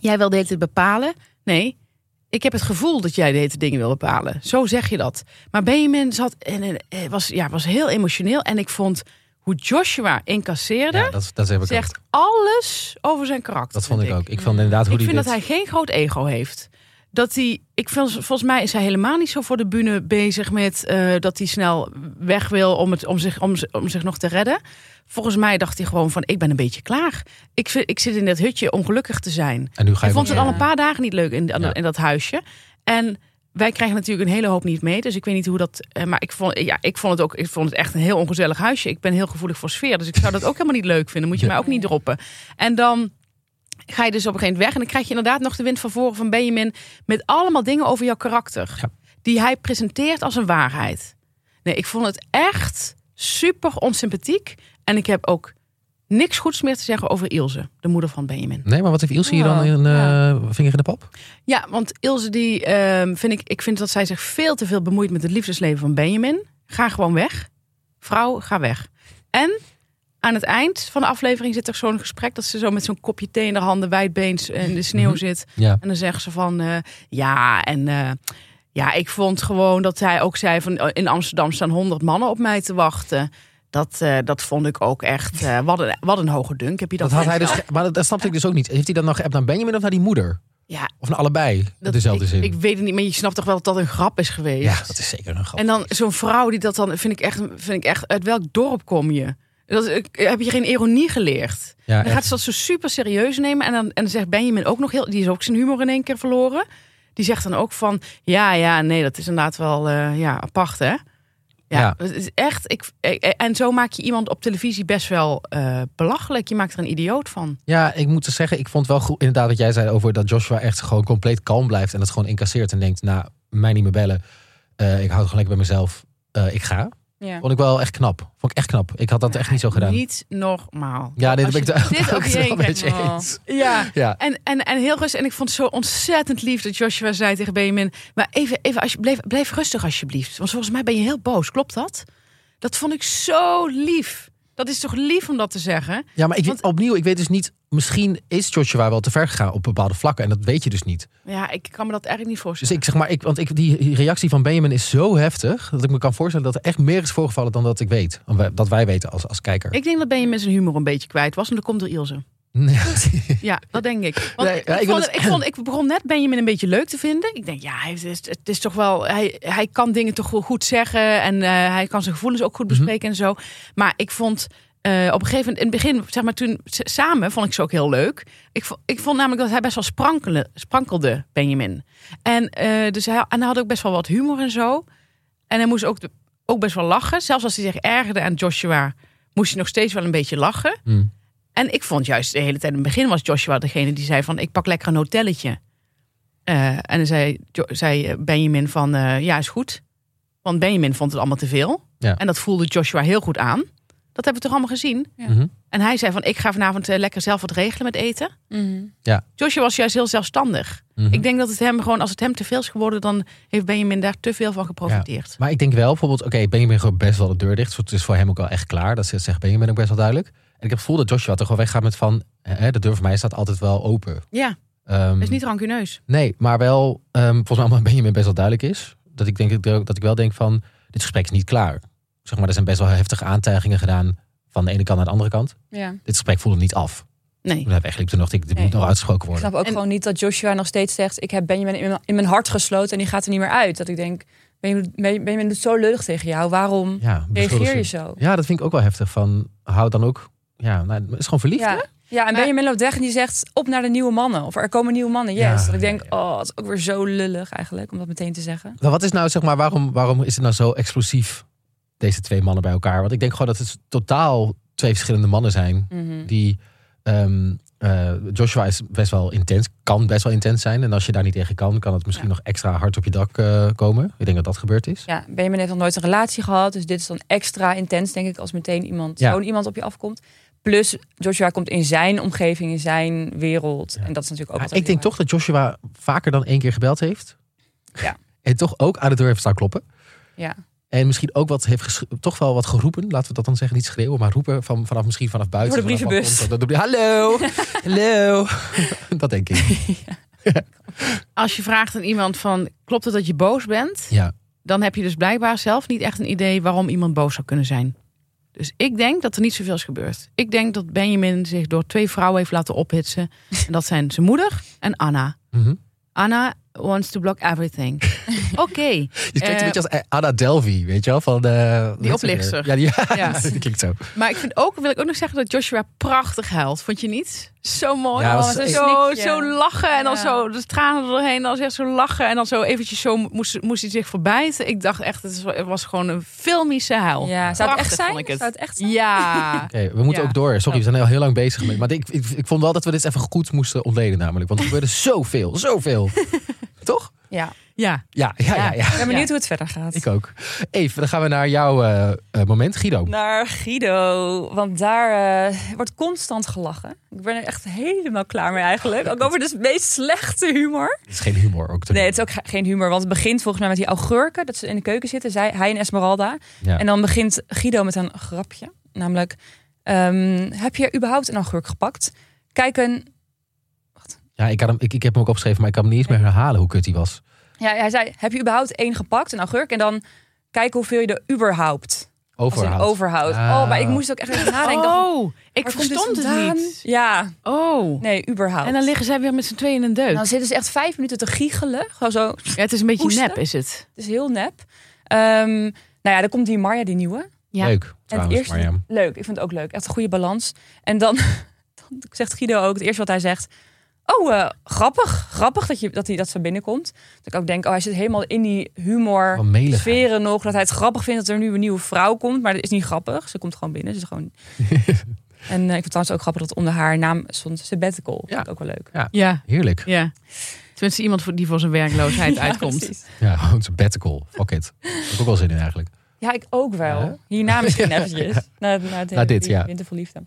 [SPEAKER 2] jij wil de hele tijd bepalen. Nee, Ik heb het gevoel dat jij de hete dingen wil bepalen. Zo zeg je dat. Maar Benjamin zat en, en, eh, was, ja, was heel emotioneel. En ik vond hoe Joshua incasseerde,
[SPEAKER 1] Ja, dat, dat heb ik
[SPEAKER 2] zegt
[SPEAKER 1] ook.
[SPEAKER 2] alles over zijn karakter.
[SPEAKER 1] Dat vond ik
[SPEAKER 2] vind
[SPEAKER 1] ook. Ik vond inderdaad hoe
[SPEAKER 2] ik
[SPEAKER 1] die
[SPEAKER 2] vind
[SPEAKER 1] dit...
[SPEAKER 2] dat hij geen groot ego heeft. Dat hij, ik vind, volgens mij is hij helemaal niet zo voor de bühne bezig met eh, dat hij snel weg wil om, het, om, zich, om, z- om zich nog te redden. Volgens mij dacht hij gewoon van, ik ben een beetje klaar. Ik, vind- ik zit in dat hutje om gelukkig te zijn.
[SPEAKER 1] En nu ga
[SPEAKER 2] Hij
[SPEAKER 1] je
[SPEAKER 2] vond het
[SPEAKER 1] wel-
[SPEAKER 2] al een paar dagen niet leuk in, aan-
[SPEAKER 1] Ja.
[SPEAKER 2] in dat huisje. En wij krijgen natuurlijk een hele hoop niet mee. Dus ik weet niet hoe dat. eh, maar ik vond, ja, ik vond het ook. Ik vond het echt een heel ongezellig huisje. Ik ben heel gevoelig voor sfeer. Dus ik zou dat ook helemaal niet leuk vinden. Moet je
[SPEAKER 1] Ja.
[SPEAKER 2] mij ook niet droppen. En dan ga je dus op een gegeven moment weg. En dan krijg je inderdaad nog de wind van voren van Benjamin. Met allemaal dingen over jouw karakter.
[SPEAKER 1] Ja.
[SPEAKER 2] Die hij presenteert als een waarheid. Nee, ik vond het echt super onsympathiek. En ik heb ook niks goeds meer te zeggen over Ilse, de moeder van Benjamin.
[SPEAKER 1] Nee, maar wat heeft Ilse hier dan
[SPEAKER 3] Oh,
[SPEAKER 1] een eh,
[SPEAKER 3] ja.
[SPEAKER 1] vinger in de pap?
[SPEAKER 2] Ja, want Ilse, die, ehm, vind ik, ik vind dat zij zich veel te veel bemoeit met het liefdesleven van Benjamin. Ga gewoon weg. Vrouw, ga weg. En aan het eind van de aflevering zit er zo'n gesprek dat ze zo met zo'n kopje thee in de handen, wijdbeens in de sneeuw
[SPEAKER 1] Mhm.
[SPEAKER 2] zit.
[SPEAKER 1] Ja.
[SPEAKER 2] En dan zegt ze van, eh, ja, en eh, ja, ik vond gewoon dat hij ook zei van, eh, in Amsterdam staan honderd mannen op mij te wachten. Dat, eh, dat vond ik ook echt, eh, wat, een, wat een hoge dunk. Heb je dat,
[SPEAKER 1] Dat had hij dus,
[SPEAKER 2] gezien?
[SPEAKER 1] ge- maar dat, dat snapte ik dus ook niet. Heeft hij dan nog geappt naar Benjamin of naar die moeder?
[SPEAKER 2] Ja,
[SPEAKER 1] Of naar allebei?
[SPEAKER 2] dat,
[SPEAKER 1] dezelfde
[SPEAKER 2] ik,
[SPEAKER 1] zin.
[SPEAKER 2] Ik weet het niet, maar je snapt toch wel dat dat een grap is geweest.
[SPEAKER 1] ja, dat is zeker een grap.
[SPEAKER 2] En dan zo'n vrouw die dat dan, vind ik echt, vind ik echt uit welk dorp kom je? Dat, eh, heb je geen ironie geleerd?
[SPEAKER 1] ja,
[SPEAKER 2] Dan
[SPEAKER 1] echt.
[SPEAKER 2] gaat ze dat zo super serieus nemen. En dan, en dan zegt Benjamin ook nog heel, die is ook zijn humor in één keer verloren. Die zegt dan ook van, ja, ja, nee, dat is inderdaad wel eh, ja, apart, hè?
[SPEAKER 1] Ja.
[SPEAKER 2] Ja, het is echt. Ik, eh, eh, en zo maak je iemand op televisie best wel eh, belachelijk. Je maakt er een idioot van.
[SPEAKER 1] Ja, ik moet dus zeggen, ik vond wel goed inderdaad wat jij zei over dat Joshua echt gewoon compleet kalm blijft en dat gewoon incasseert en denkt, nou, mij niet meer bellen. Eh, ik hou het gewoon lekker bij mezelf. Eh, ik ga.
[SPEAKER 3] Ja.
[SPEAKER 1] Vond ik wel echt knap. Vond ik echt knap. Ik had dat echt niet zo gedaan.
[SPEAKER 2] Niet normaal.
[SPEAKER 1] ja, dit
[SPEAKER 2] Als
[SPEAKER 1] heb ik
[SPEAKER 2] je
[SPEAKER 1] daar
[SPEAKER 2] dit
[SPEAKER 1] ben
[SPEAKER 2] over
[SPEAKER 1] ik
[SPEAKER 2] je
[SPEAKER 1] het
[SPEAKER 2] heen
[SPEAKER 1] wel met je
[SPEAKER 3] krijgt,
[SPEAKER 1] eens.
[SPEAKER 2] Ja,
[SPEAKER 1] Ja.
[SPEAKER 2] En, en, en heel rustig. En ik vond het zo ontzettend lief dat Joshua zei tegen Benjamin... maar even, even als je, blijf, blijf rustig alsjeblieft. Want volgens mij ben je heel boos. Klopt dat? Dat vond ik zo lief. Dat is toch lief om dat te zeggen?
[SPEAKER 1] ja, maar ik,
[SPEAKER 2] Want-
[SPEAKER 1] opnieuw, ik weet dus niet, misschien is Joshua wel te ver gegaan op bepaalde vlakken en dat weet je dus niet.
[SPEAKER 2] Ja, ik kan me dat eigenlijk niet
[SPEAKER 1] Dus
[SPEAKER 2] voorstellen.
[SPEAKER 1] ik zeg maar, ik, want ik, die reactie van Benjamin is zo heftig dat ik me kan voorstellen dat er echt meer is voorgevallen dan dat ik weet. Dat wij weten als, als kijker.
[SPEAKER 2] Ik denk dat Benjamin zijn humor een beetje kwijt was. En dan komt er Ilse. Ja, dat denk ik. Want
[SPEAKER 1] Nee,
[SPEAKER 2] ik,
[SPEAKER 1] ja, ik
[SPEAKER 2] ik,
[SPEAKER 1] wil
[SPEAKER 2] vond,
[SPEAKER 1] het-
[SPEAKER 2] ik, vond, ik begon net Benjamin een beetje leuk te vinden. Ik denk, ja, hij, is- het, is toch wel, hij, hij kan dingen toch wel goed zeggen. En eh, hij kan zijn gevoelens ook goed
[SPEAKER 1] Mhm.
[SPEAKER 2] bespreken en zo. Maar ik vond eh, op een gegeven moment, in het begin, zeg maar toen s- samen, vond ik ze ook heel leuk. Ik vond, ik vond namelijk dat hij best wel sprankelen, sprankelde, Benjamin. En, eh, dus hij, en hij had ook best wel wat humor en zo. En hij moest ook, de- ook best wel lachen. Zelfs als hij zich ergerde aan Joshua, moest hij nog steeds wel een beetje lachen.
[SPEAKER 1] Hmm.
[SPEAKER 2] En ik vond juist de hele tijd in het begin was Joshua degene die zei van ik pak lekker een hotelletje. Eh, en dan zei, Jo- zei eh, Benjamin van eh, ja is goed. Want Benjamin vond het allemaal te veel.
[SPEAKER 1] Ja.
[SPEAKER 2] En dat voelde Joshua heel goed aan. Dat hebben we toch allemaal gezien.
[SPEAKER 3] Ja.
[SPEAKER 1] Mhm.
[SPEAKER 2] En hij zei van ik ga vanavond eh, lekker zelf wat regelen met eten.
[SPEAKER 3] Mhm.
[SPEAKER 2] Joshua was juist heel zelfstandig.
[SPEAKER 1] Mhm.
[SPEAKER 2] Ik denk dat het hem gewoon, als het hem te veel is geworden, dan heeft Benjamin daar te veel van geprofiteerd.
[SPEAKER 1] Maar ik denk wel bijvoorbeeld, oké, Benjamin gewoon best wel de deur dicht. Het is voor hem ook wel echt klaar. Dat zegt Benjamin ook best wel duidelijk. En ik heb het gevoel dat Joshua toch wel weggaat met van, hè, de deur voor mij staat altijd wel open.
[SPEAKER 2] Ja,
[SPEAKER 1] Ehm,
[SPEAKER 3] Dus
[SPEAKER 2] is niet rancuneus.
[SPEAKER 1] Nee, maar wel, ehm, volgens mij allemaal Benjamin best wel duidelijk is. Dat ik, denk, dat ik wel denk van, dit gesprek is niet klaar. Zeg maar, er zijn best wel heftige aantijgingen gedaan van de ene kant naar de andere kant.
[SPEAKER 3] Ja.
[SPEAKER 1] Dit gesprek voelde niet af.
[SPEAKER 2] Nee.
[SPEAKER 1] Toen hij wegliep, toen dacht ik, dit
[SPEAKER 3] Nee.
[SPEAKER 1] moet nog uitgesproken
[SPEAKER 3] Ik
[SPEAKER 1] worden.
[SPEAKER 3] snap ook
[SPEAKER 2] En-
[SPEAKER 3] gewoon niet dat Joshua nog steeds zegt... ik heb Benjamin in mijn, in mijn hart gesloten en die gaat er niet meer uit. Dat ik denk, Benjamin, Benjamin doet zo lullig tegen jou. Waarom
[SPEAKER 1] Ja, beschuldig
[SPEAKER 3] reageer je
[SPEAKER 1] ze.
[SPEAKER 3] zo?
[SPEAKER 1] Ja, dat vind ik ook wel heftig. Van, hou dan ook, ja, nou, het is gewoon verliefd. hè?
[SPEAKER 3] Ja. ja, en
[SPEAKER 2] Maar-
[SPEAKER 3] Benjamin loopt weg en die zegt op naar de nieuwe mannen. Of er komen nieuwe mannen, yes.
[SPEAKER 1] Ja,
[SPEAKER 3] dat ik
[SPEAKER 1] ja,
[SPEAKER 3] denk, oh, het is ook weer zo lullig eigenlijk om dat meteen te zeggen.
[SPEAKER 1] Nou, wat is nou, zeg maar, waarom, waarom is het nou zo explosief, deze twee mannen bij elkaar? Want ik denk gewoon dat het totaal twee verschillende mannen zijn.
[SPEAKER 3] Mhm.
[SPEAKER 1] Die, ehm, eh, Joshua is best wel intens, kan best wel intens zijn. En als je daar niet tegen kan, kan het misschien nog extra hard op je dak eh, komen. Ik denk dat dat gebeurd is.
[SPEAKER 3] Ja, Benjamin heeft nog nooit een relatie gehad. Dus dit is dan extra intens, denk ik, als meteen iemand,
[SPEAKER 1] Ja.
[SPEAKER 3] zo'n iemand op je afkomt. Plus, Joshua komt in zijn omgeving, in zijn wereld.
[SPEAKER 1] Ja.
[SPEAKER 3] En dat is natuurlijk ook
[SPEAKER 1] Maar
[SPEAKER 3] altijd
[SPEAKER 1] ik denk
[SPEAKER 3] heel
[SPEAKER 1] toch dat Joshua vaker dan één keer gebeld heeft.
[SPEAKER 3] Ja.
[SPEAKER 1] En toch ook aan de deur heeft staan kloppen.
[SPEAKER 3] erg. Ja.
[SPEAKER 1] En misschien ook wat heeft gesch- toch wel wat geroepen. Laten we dat dan zeggen. Niet schreeuwen, maar roepen van, vanaf misschien vanaf buiten.
[SPEAKER 3] Door de
[SPEAKER 1] vanaf
[SPEAKER 3] brievenbus.
[SPEAKER 1] balkon, door de brie- Hallo, hallo. dat denk ik.
[SPEAKER 2] Als je vraagt aan iemand van, klopt het dat je boos bent?
[SPEAKER 1] Ja.
[SPEAKER 2] Dan heb je dus blijkbaar zelf niet echt een idee waarom iemand boos zou kunnen zijn. Dus ik denk dat er niet zoveel is gebeurd. Ik denk dat Benjamin zich door twee vrouwen heeft laten ophitsen. En dat zijn zijn moeder en Anna.
[SPEAKER 1] Mhm.
[SPEAKER 2] Anna wants to block everything. Oké.
[SPEAKER 1] Je klinkt
[SPEAKER 2] Eh,
[SPEAKER 1] een beetje als Anna Delvey, weet je wel? Van, eh, hoe heet ze weer?
[SPEAKER 2] oplichter.
[SPEAKER 1] Ja, die, ja.
[SPEAKER 2] Ja.
[SPEAKER 1] dat klinkt zo.
[SPEAKER 2] Maar ik vind ook, wil ik ook nog zeggen dat Joshua prachtig huilt. Vond je niet? Zo mooi.
[SPEAKER 1] Ja,
[SPEAKER 2] Oh,
[SPEAKER 1] was-
[SPEAKER 2] met
[SPEAKER 3] een
[SPEAKER 2] zo,
[SPEAKER 3] snikje.
[SPEAKER 2] zo lachen en dan
[SPEAKER 3] Ja.
[SPEAKER 2] zo de tranen er doorheen. En dan echt zo lachen en dan zo eventjes zo moest, moest hij zich verbijten. Ik dacht echt, het is- het was gewoon een filmische
[SPEAKER 1] Oh.
[SPEAKER 2] huil.
[SPEAKER 3] Ja, zou het echt
[SPEAKER 2] Prachtig
[SPEAKER 3] zijn?
[SPEAKER 2] vond ik het.
[SPEAKER 3] Zou het echt zijn?
[SPEAKER 2] Ja.
[SPEAKER 1] Oké, we moeten
[SPEAKER 2] Ja.
[SPEAKER 1] ook door. Sorry,
[SPEAKER 2] Oh.
[SPEAKER 1] we zijn al heel lang bezig. Met, maar ik, ik, ik vond wel dat we dit even goed moesten ontleden namelijk. Want er gebeurde zoveel, zoveel. Toch?
[SPEAKER 3] Ja.
[SPEAKER 2] ja.
[SPEAKER 1] Ja, ja, ja. ja.
[SPEAKER 3] Ik ben benieuwd
[SPEAKER 2] Ja.
[SPEAKER 3] hoe het verder gaat.
[SPEAKER 1] Ik ook. Even, dan gaan we naar jouw eh, eh, moment, Guido.
[SPEAKER 3] Naar Guido, want daar eh, wordt constant gelachen. Ik ben er echt helemaal klaar mee eigenlijk. Ook over de meest slechte humor.
[SPEAKER 1] Het is geen humor ook. Te
[SPEAKER 3] Nee, het is ook ge- geen humor, want het begint volgens mij met die augurken. Dat ze in de keuken zitten, zij, hij en Esmeralda.
[SPEAKER 1] Ja.
[SPEAKER 3] En dan begint Guido met een grapje. Namelijk, ehm, heb je überhaupt een augurk gepakt? Kijk een...
[SPEAKER 1] Ja, ik, had hem, ik, ik heb hem ook opgeschreven, maar ik kan hem niet eens meer herhalen hoe kut hij was.
[SPEAKER 3] Ja, hij zei, heb je überhaupt één gepakt, een augurk? En dan kijk hoeveel je er überhaupt als in
[SPEAKER 1] Overhaald.
[SPEAKER 3] overhoudt.
[SPEAKER 1] Ah.
[SPEAKER 3] Oh, maar ik moest ook echt even nadenken. Ik dacht,
[SPEAKER 2] Oh, ik
[SPEAKER 3] waar komt dit
[SPEAKER 2] verstond het
[SPEAKER 3] vandaan?
[SPEAKER 2] niet.
[SPEAKER 3] Ja,
[SPEAKER 2] Oh. Nou,
[SPEAKER 3] nee, überhaupt.
[SPEAKER 2] En dan liggen zij weer met z'n tweeën in een deuk.
[SPEAKER 3] En dan zitten ze echt vijf minuten te giechelen. Gewoon zo, het
[SPEAKER 2] Ja, het is een beetje
[SPEAKER 3] Hoesten?
[SPEAKER 2] nep, is het?
[SPEAKER 3] is heel nep. Ehm, nou ja, dan komt die Marja, die nieuwe.
[SPEAKER 2] Ja.
[SPEAKER 1] Leuk, trouwens,
[SPEAKER 3] eerste-
[SPEAKER 1] Marjam.
[SPEAKER 3] Leuk, ik vind het ook leuk. Echt een goede balans. En dan, dan zegt Guido ook, het eerste wat hij zegt... Oh, eh, grappig. Grappig dat, je, dat hij dat zo binnenkomt. Dat ik ook denk, oh, hij zit helemaal in die humor...
[SPEAKER 1] Van meligheid.
[SPEAKER 3] Sferen nog, dat hij het grappig vindt dat er nu een nieuwe vrouw komt. Maar dat is niet grappig. Ze komt gewoon binnen. Ze is gewoon... en eh, ik vind het trouwens ook grappig dat onder haar naam stond sabbatical.
[SPEAKER 1] Ja.
[SPEAKER 3] Vind ik ook wel leuk.
[SPEAKER 2] Ja.
[SPEAKER 1] Heerlijk.
[SPEAKER 2] ja. Tenminste, iemand voor- die voor zijn werkloosheid
[SPEAKER 3] Ja,
[SPEAKER 2] uitkomt.
[SPEAKER 3] precies.
[SPEAKER 1] Ja, gewoon sabbatical. Fuck it. Daar heb ik ook wel zin in eigenlijk.
[SPEAKER 3] Ja, ik ook wel.
[SPEAKER 1] Ja.
[SPEAKER 3] Hierna misschien eventjes. Na, na, het hele
[SPEAKER 1] Na dit,
[SPEAKER 3] lied-
[SPEAKER 1] ja.
[SPEAKER 3] Winter vol liefde.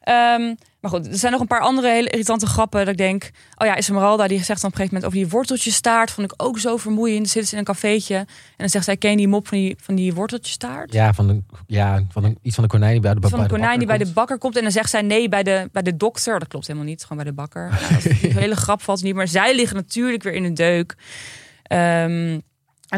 [SPEAKER 3] Ehm, maar goed, er zijn nog een paar andere hele irritante grappen. Dat ik denk, oh ja, Esmeralda die zegt dan op een gegeven moment over die worteltjestaart. Vond ik ook zo vermoeiend. Dan zitten ze in een cafeetje. En dan zegt zij, ken je die mop van die, van die worteltjestaart?
[SPEAKER 1] Ja, van, een, ja, van een, iets van de konijn die bij de
[SPEAKER 3] van
[SPEAKER 1] bij
[SPEAKER 3] een
[SPEAKER 1] de
[SPEAKER 3] konijn die bij de
[SPEAKER 1] bakker
[SPEAKER 3] bakker komt. En dan zegt zij nee bij de, bij de dokter. Dat klopt helemaal niet. Het is Gewoon bij de bakker. Nou, de hele grap valt niet. Maar zij liggen natuurlijk weer in een deuk. Ehm, en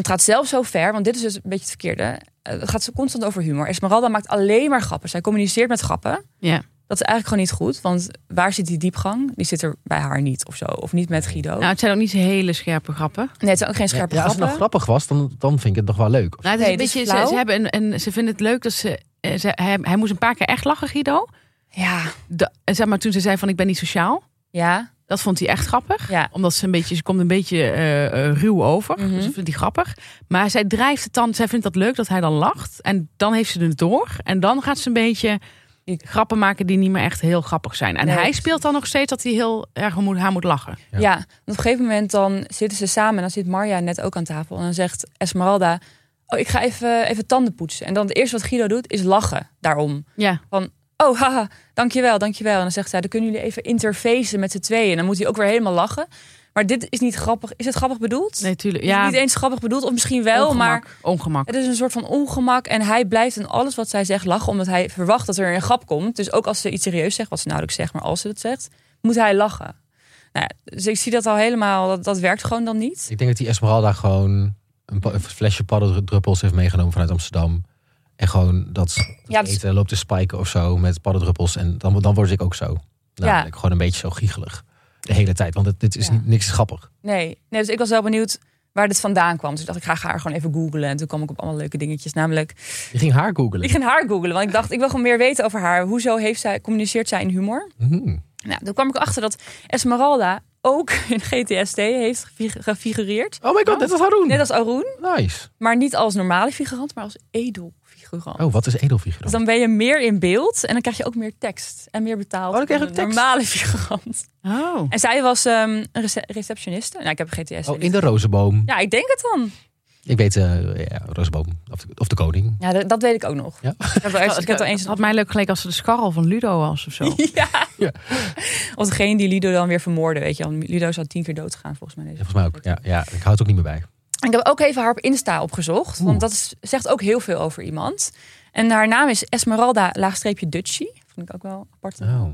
[SPEAKER 3] het gaat zelfs zo ver. Want dit is dus een beetje het verkeerde. Eh, Het gaat zo constant over humor. Esmeralda maakt alleen maar grappen. Zij communiceert met grappen.
[SPEAKER 2] Ja.
[SPEAKER 3] Dat is eigenlijk gewoon niet goed. Want waar zit die diepgang? Die zit er bij haar niet of zo. Of niet met Guido.
[SPEAKER 2] Nou, het zijn ook niet hele scherpe grappen.
[SPEAKER 3] nee, het zijn ook geen
[SPEAKER 1] komt.
[SPEAKER 3] scherpe
[SPEAKER 1] Ja, als het
[SPEAKER 3] grappen.
[SPEAKER 1] nou grappig was, dan, dan vind ik het nog wel leuk.
[SPEAKER 2] Nou, het is
[SPEAKER 3] Nee,
[SPEAKER 2] een
[SPEAKER 3] het is
[SPEAKER 2] beetje, ze,
[SPEAKER 3] flauw.
[SPEAKER 2] ze hebben een, en ze vinden het leuk dat ze... eh, ze hij, hij moest een paar keer echt lachen, Guido.
[SPEAKER 3] Ja,
[SPEAKER 2] Da- eh, zeg maar, toen ze zei van ik ben niet sociaal.
[SPEAKER 3] ja,
[SPEAKER 2] Dat vond hij echt grappig.
[SPEAKER 3] ja.
[SPEAKER 2] Omdat ze een beetje, ze komt een beetje eh, eh, ruw over.
[SPEAKER 3] Mhm.
[SPEAKER 2] Dus dat vindt hij grappig. Maar zij drijft het dan, zij vindt dat leuk dat hij dan lacht. En dan heeft ze het door. En dan gaat ze een beetje
[SPEAKER 3] Ik-
[SPEAKER 2] grappen maken die niet meer echt heel grappig zijn. En
[SPEAKER 3] Nee.
[SPEAKER 2] hij speelt dan nog steeds dat hij heel erg om moet, haar moet lachen.
[SPEAKER 1] Ja.
[SPEAKER 3] Ja. want op een gegeven moment dan zitten ze samen en dan zit Marja net ook aan tafel. En dan zegt Esmeralda, oh, ik ga even, even tanden poetsen. En dan het eerste wat Guido doet is lachen daarom.
[SPEAKER 2] Ja,
[SPEAKER 3] Oh, haha, dankjewel, dankjewel. En dan zegt zij, dan kunnen jullie even interfacen met z'n tweeën. En dan moet hij ook weer helemaal lachen. Maar dit is niet grappig. Is het grappig bedoeld?
[SPEAKER 2] nee, tuurlijk.
[SPEAKER 3] Is het
[SPEAKER 2] Ja,
[SPEAKER 3] Dus niet eens grappig bedoeld, of misschien wel, maar
[SPEAKER 2] ongemak, Ongemak.
[SPEAKER 3] het is een soort van ongemak. En hij blijft in alles wat zij zegt lachen, omdat hij verwacht dat er een grap komt. Dus ook als ze iets serieus zegt, wat ze nauwelijks zegt, maar als ze dat zegt, moet hij lachen. Nou ja, dus ik zie dat al helemaal, dat, dat werkt gewoon dan niet.
[SPEAKER 1] Ik denk dat die Esmeralda gewoon een, pa- een flesje paddendruppels heeft meegenomen vanuit Amsterdam. En gewoon dat, dat
[SPEAKER 3] Ja, dat is-
[SPEAKER 1] eten loopt te spijken of zo met paddendruppels. En dan, dan word ik ook zo. Namelijk gewoon een beetje zo giechelig. De hele tijd. Want het, dit is
[SPEAKER 3] Ja.
[SPEAKER 1] niet, niks is grappig.
[SPEAKER 3] Nee. nee, dus ik was wel benieuwd waar dit vandaan kwam. Dus ik dacht, ik ga haar gewoon even googlen. En toen kwam ik op allemaal leuke dingetjes. Namelijk,
[SPEAKER 1] Je ging haar googlen.
[SPEAKER 3] ik ging haar googlen, want ik dacht, ik wil gewoon meer weten over haar. Hoezo heeft zij, communiceert zij in humor?
[SPEAKER 1] Mhm.
[SPEAKER 3] Nou, toen kwam ik achter dat Esmeralda ook in GTSD heeft gefig- gefigureerd.
[SPEAKER 1] Oh my god, dit was Haroon.
[SPEAKER 3] Net als Arun.
[SPEAKER 1] Nice.
[SPEAKER 3] Maar niet als normale figurant, maar als edelfigurant.
[SPEAKER 1] Oh, wat is edelfiguur dan?
[SPEAKER 3] Dus dan ben je meer in beeld en dan krijg je ook meer tekst en meer betaald.
[SPEAKER 1] Oh, dan krijg je
[SPEAKER 3] dan
[SPEAKER 1] ook
[SPEAKER 3] een
[SPEAKER 1] tekst.
[SPEAKER 3] normale figurant.
[SPEAKER 2] Oh.
[SPEAKER 3] En zij was ehm, een rece- receptioniste. Nou, ik heb een GTS.
[SPEAKER 1] Oh, in de rozenboom.
[SPEAKER 3] Ja, ik denk het dan.
[SPEAKER 1] Ik weet, eh ja, rozenboom. Of de, of de koning.
[SPEAKER 3] Ja, dat, dat weet ik ook nog.
[SPEAKER 1] Ja.
[SPEAKER 3] Ik heb er eens, ik heb er eens
[SPEAKER 2] Het had mij leuk geleken als ze de scharrel van Ludo was of zo.
[SPEAKER 3] Of degene die Ludo dan weer vermoorden, weet je. wel. Ludo zou tien keer doodgaan volgens mij.
[SPEAKER 1] Ja, Volgens mij ook. Ja, ja, ik hou het ook niet meer bij.
[SPEAKER 3] Ik heb ook even haar op Insta opgezocht.
[SPEAKER 1] Oeh.
[SPEAKER 3] Want dat is- zegt ook heel veel over iemand. En haar naam is Esmeralda
[SPEAKER 1] Ah.
[SPEAKER 3] Um, laagstreepje Dutchie. Vond ik ook wel apart.
[SPEAKER 1] Oh.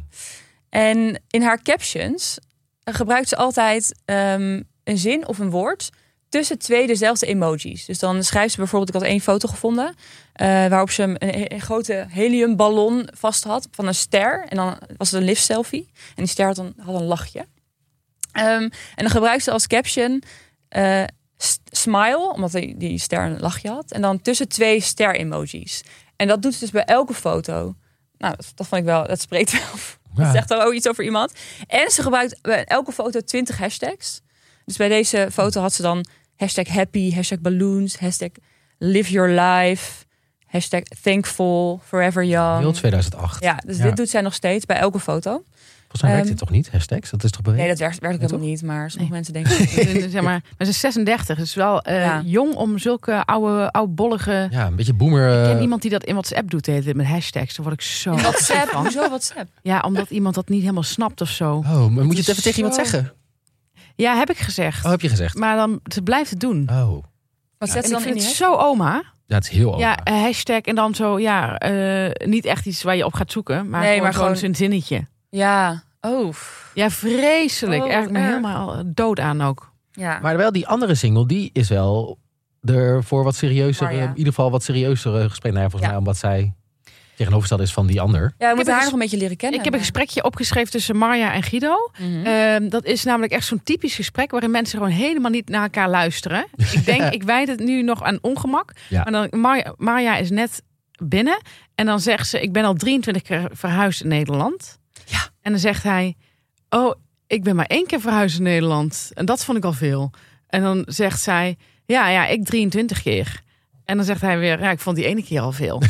[SPEAKER 3] En in haar captions gebruikt ze altijd ehm, een zin of een woord tussen twee dezelfde emojis. Dus dan schrijft ze bijvoorbeeld, ik had één foto gevonden, eh, waarop ze een, een, een grote heliumballon vast had van een ster. En dan was het een lift selfie. En die ster had een, had een lachje. Ehm, en dan gebruikt ze als caption eh, s- smile, omdat die, die ster een lachje had. En dan tussen twee ster-emojis. En dat doet ze dus bij elke foto. Nou, dat, dat vond ik wel, dat spreekt wel. Dat zegt al iets over iemand. En ze gebruikt bij elke foto 20 hashtags. Dus bij deze foto had ze dan hashtag happy, hashtag balloons, hashtag live your life, hashtag thankful, forever young.
[SPEAKER 1] Heel 2008.
[SPEAKER 3] Ja, dus
[SPEAKER 1] Ja.
[SPEAKER 3] dit doet zij nog steeds bij elke foto.
[SPEAKER 1] Volgens mij werkt
[SPEAKER 3] Ehm,
[SPEAKER 1] dit toch niet, hashtags? Dat is toch bewezen?
[SPEAKER 3] Nee, dat werkt, werkt ook
[SPEAKER 1] Ja,
[SPEAKER 3] helemaal niet, maar sommige
[SPEAKER 2] Nee.
[SPEAKER 3] mensen denken...
[SPEAKER 2] eh, zeg maar, maar ze is 36, dus wel eh,
[SPEAKER 3] Ja.
[SPEAKER 2] jong om zulke oude, oudbollige...
[SPEAKER 1] Ja, een beetje boomer. eh,
[SPEAKER 2] Ik ken iemand die dat in WhatsApp doet, de hele tijd met hashtags. Daar word ik zo...
[SPEAKER 3] WhatsApp, hoezo WhatsApp?
[SPEAKER 2] Ja, omdat iemand dat niet helemaal snapt of zo.
[SPEAKER 1] Oh, maar moet je het
[SPEAKER 2] is
[SPEAKER 1] even tegen iemand
[SPEAKER 2] zo-
[SPEAKER 1] zeggen?
[SPEAKER 2] Ja, heb ik gezegd.
[SPEAKER 1] Oh, heb je gezegd?
[SPEAKER 2] Maar dan, ze blijft het doen.
[SPEAKER 1] Oh,
[SPEAKER 3] Wat
[SPEAKER 1] Ja.
[SPEAKER 3] zet
[SPEAKER 2] En
[SPEAKER 3] ze
[SPEAKER 2] ik
[SPEAKER 3] dan in
[SPEAKER 2] vind
[SPEAKER 3] die
[SPEAKER 2] het
[SPEAKER 3] hash-
[SPEAKER 2] zo oma.
[SPEAKER 1] ja, het is heel open.
[SPEAKER 2] Ja, eh, hashtag en dan zo, ja, eh, niet echt iets waar je op gaat zoeken. Maar
[SPEAKER 3] Nee,
[SPEAKER 2] gewoon,
[SPEAKER 3] maar
[SPEAKER 2] gewoon
[SPEAKER 3] gewoon-
[SPEAKER 2] zo'n zinnetje.
[SPEAKER 3] Ja, oh.
[SPEAKER 2] Ja, vreselijk.
[SPEAKER 3] Oh,
[SPEAKER 2] Erg me
[SPEAKER 3] erg.
[SPEAKER 2] helemaal dood aan ook.
[SPEAKER 3] Ja.
[SPEAKER 1] Maar wel die andere single, die is wel er voor wat serieuzer,
[SPEAKER 3] Maar ja.
[SPEAKER 1] eh, in ieder geval wat serieuzer eh, gesprek. Nou ja, volgens
[SPEAKER 3] Ja.
[SPEAKER 1] mij omdat zij tegenovergesteld is van die ander.
[SPEAKER 3] ja, we moeten
[SPEAKER 2] een
[SPEAKER 3] haar
[SPEAKER 2] ges-
[SPEAKER 3] nog een beetje leren kennen.
[SPEAKER 2] Ik heb een
[SPEAKER 3] maar-
[SPEAKER 2] gesprekje opgeschreven tussen Marja en Guido.
[SPEAKER 3] Mhm.
[SPEAKER 2] Ehm, dat is namelijk echt zo'n typisch gesprek waarin mensen gewoon helemaal niet naar elkaar luisteren. Ik denk, ik wijd het nu nog aan ongemak.
[SPEAKER 1] Ja.
[SPEAKER 2] Maar dan, Marja, Marja is net binnen en dan zegt ze: Ik ben al 23 keer verhuisd in Nederland.
[SPEAKER 3] Ja.
[SPEAKER 2] En dan zegt hij: Oh, ik ben maar één keer verhuisd in Nederland. En dat vond ik al veel. En dan zegt zij: Ja, ja, ik 23 keer. En dan zegt hij weer: Ja, ik vond die ene keer al veel.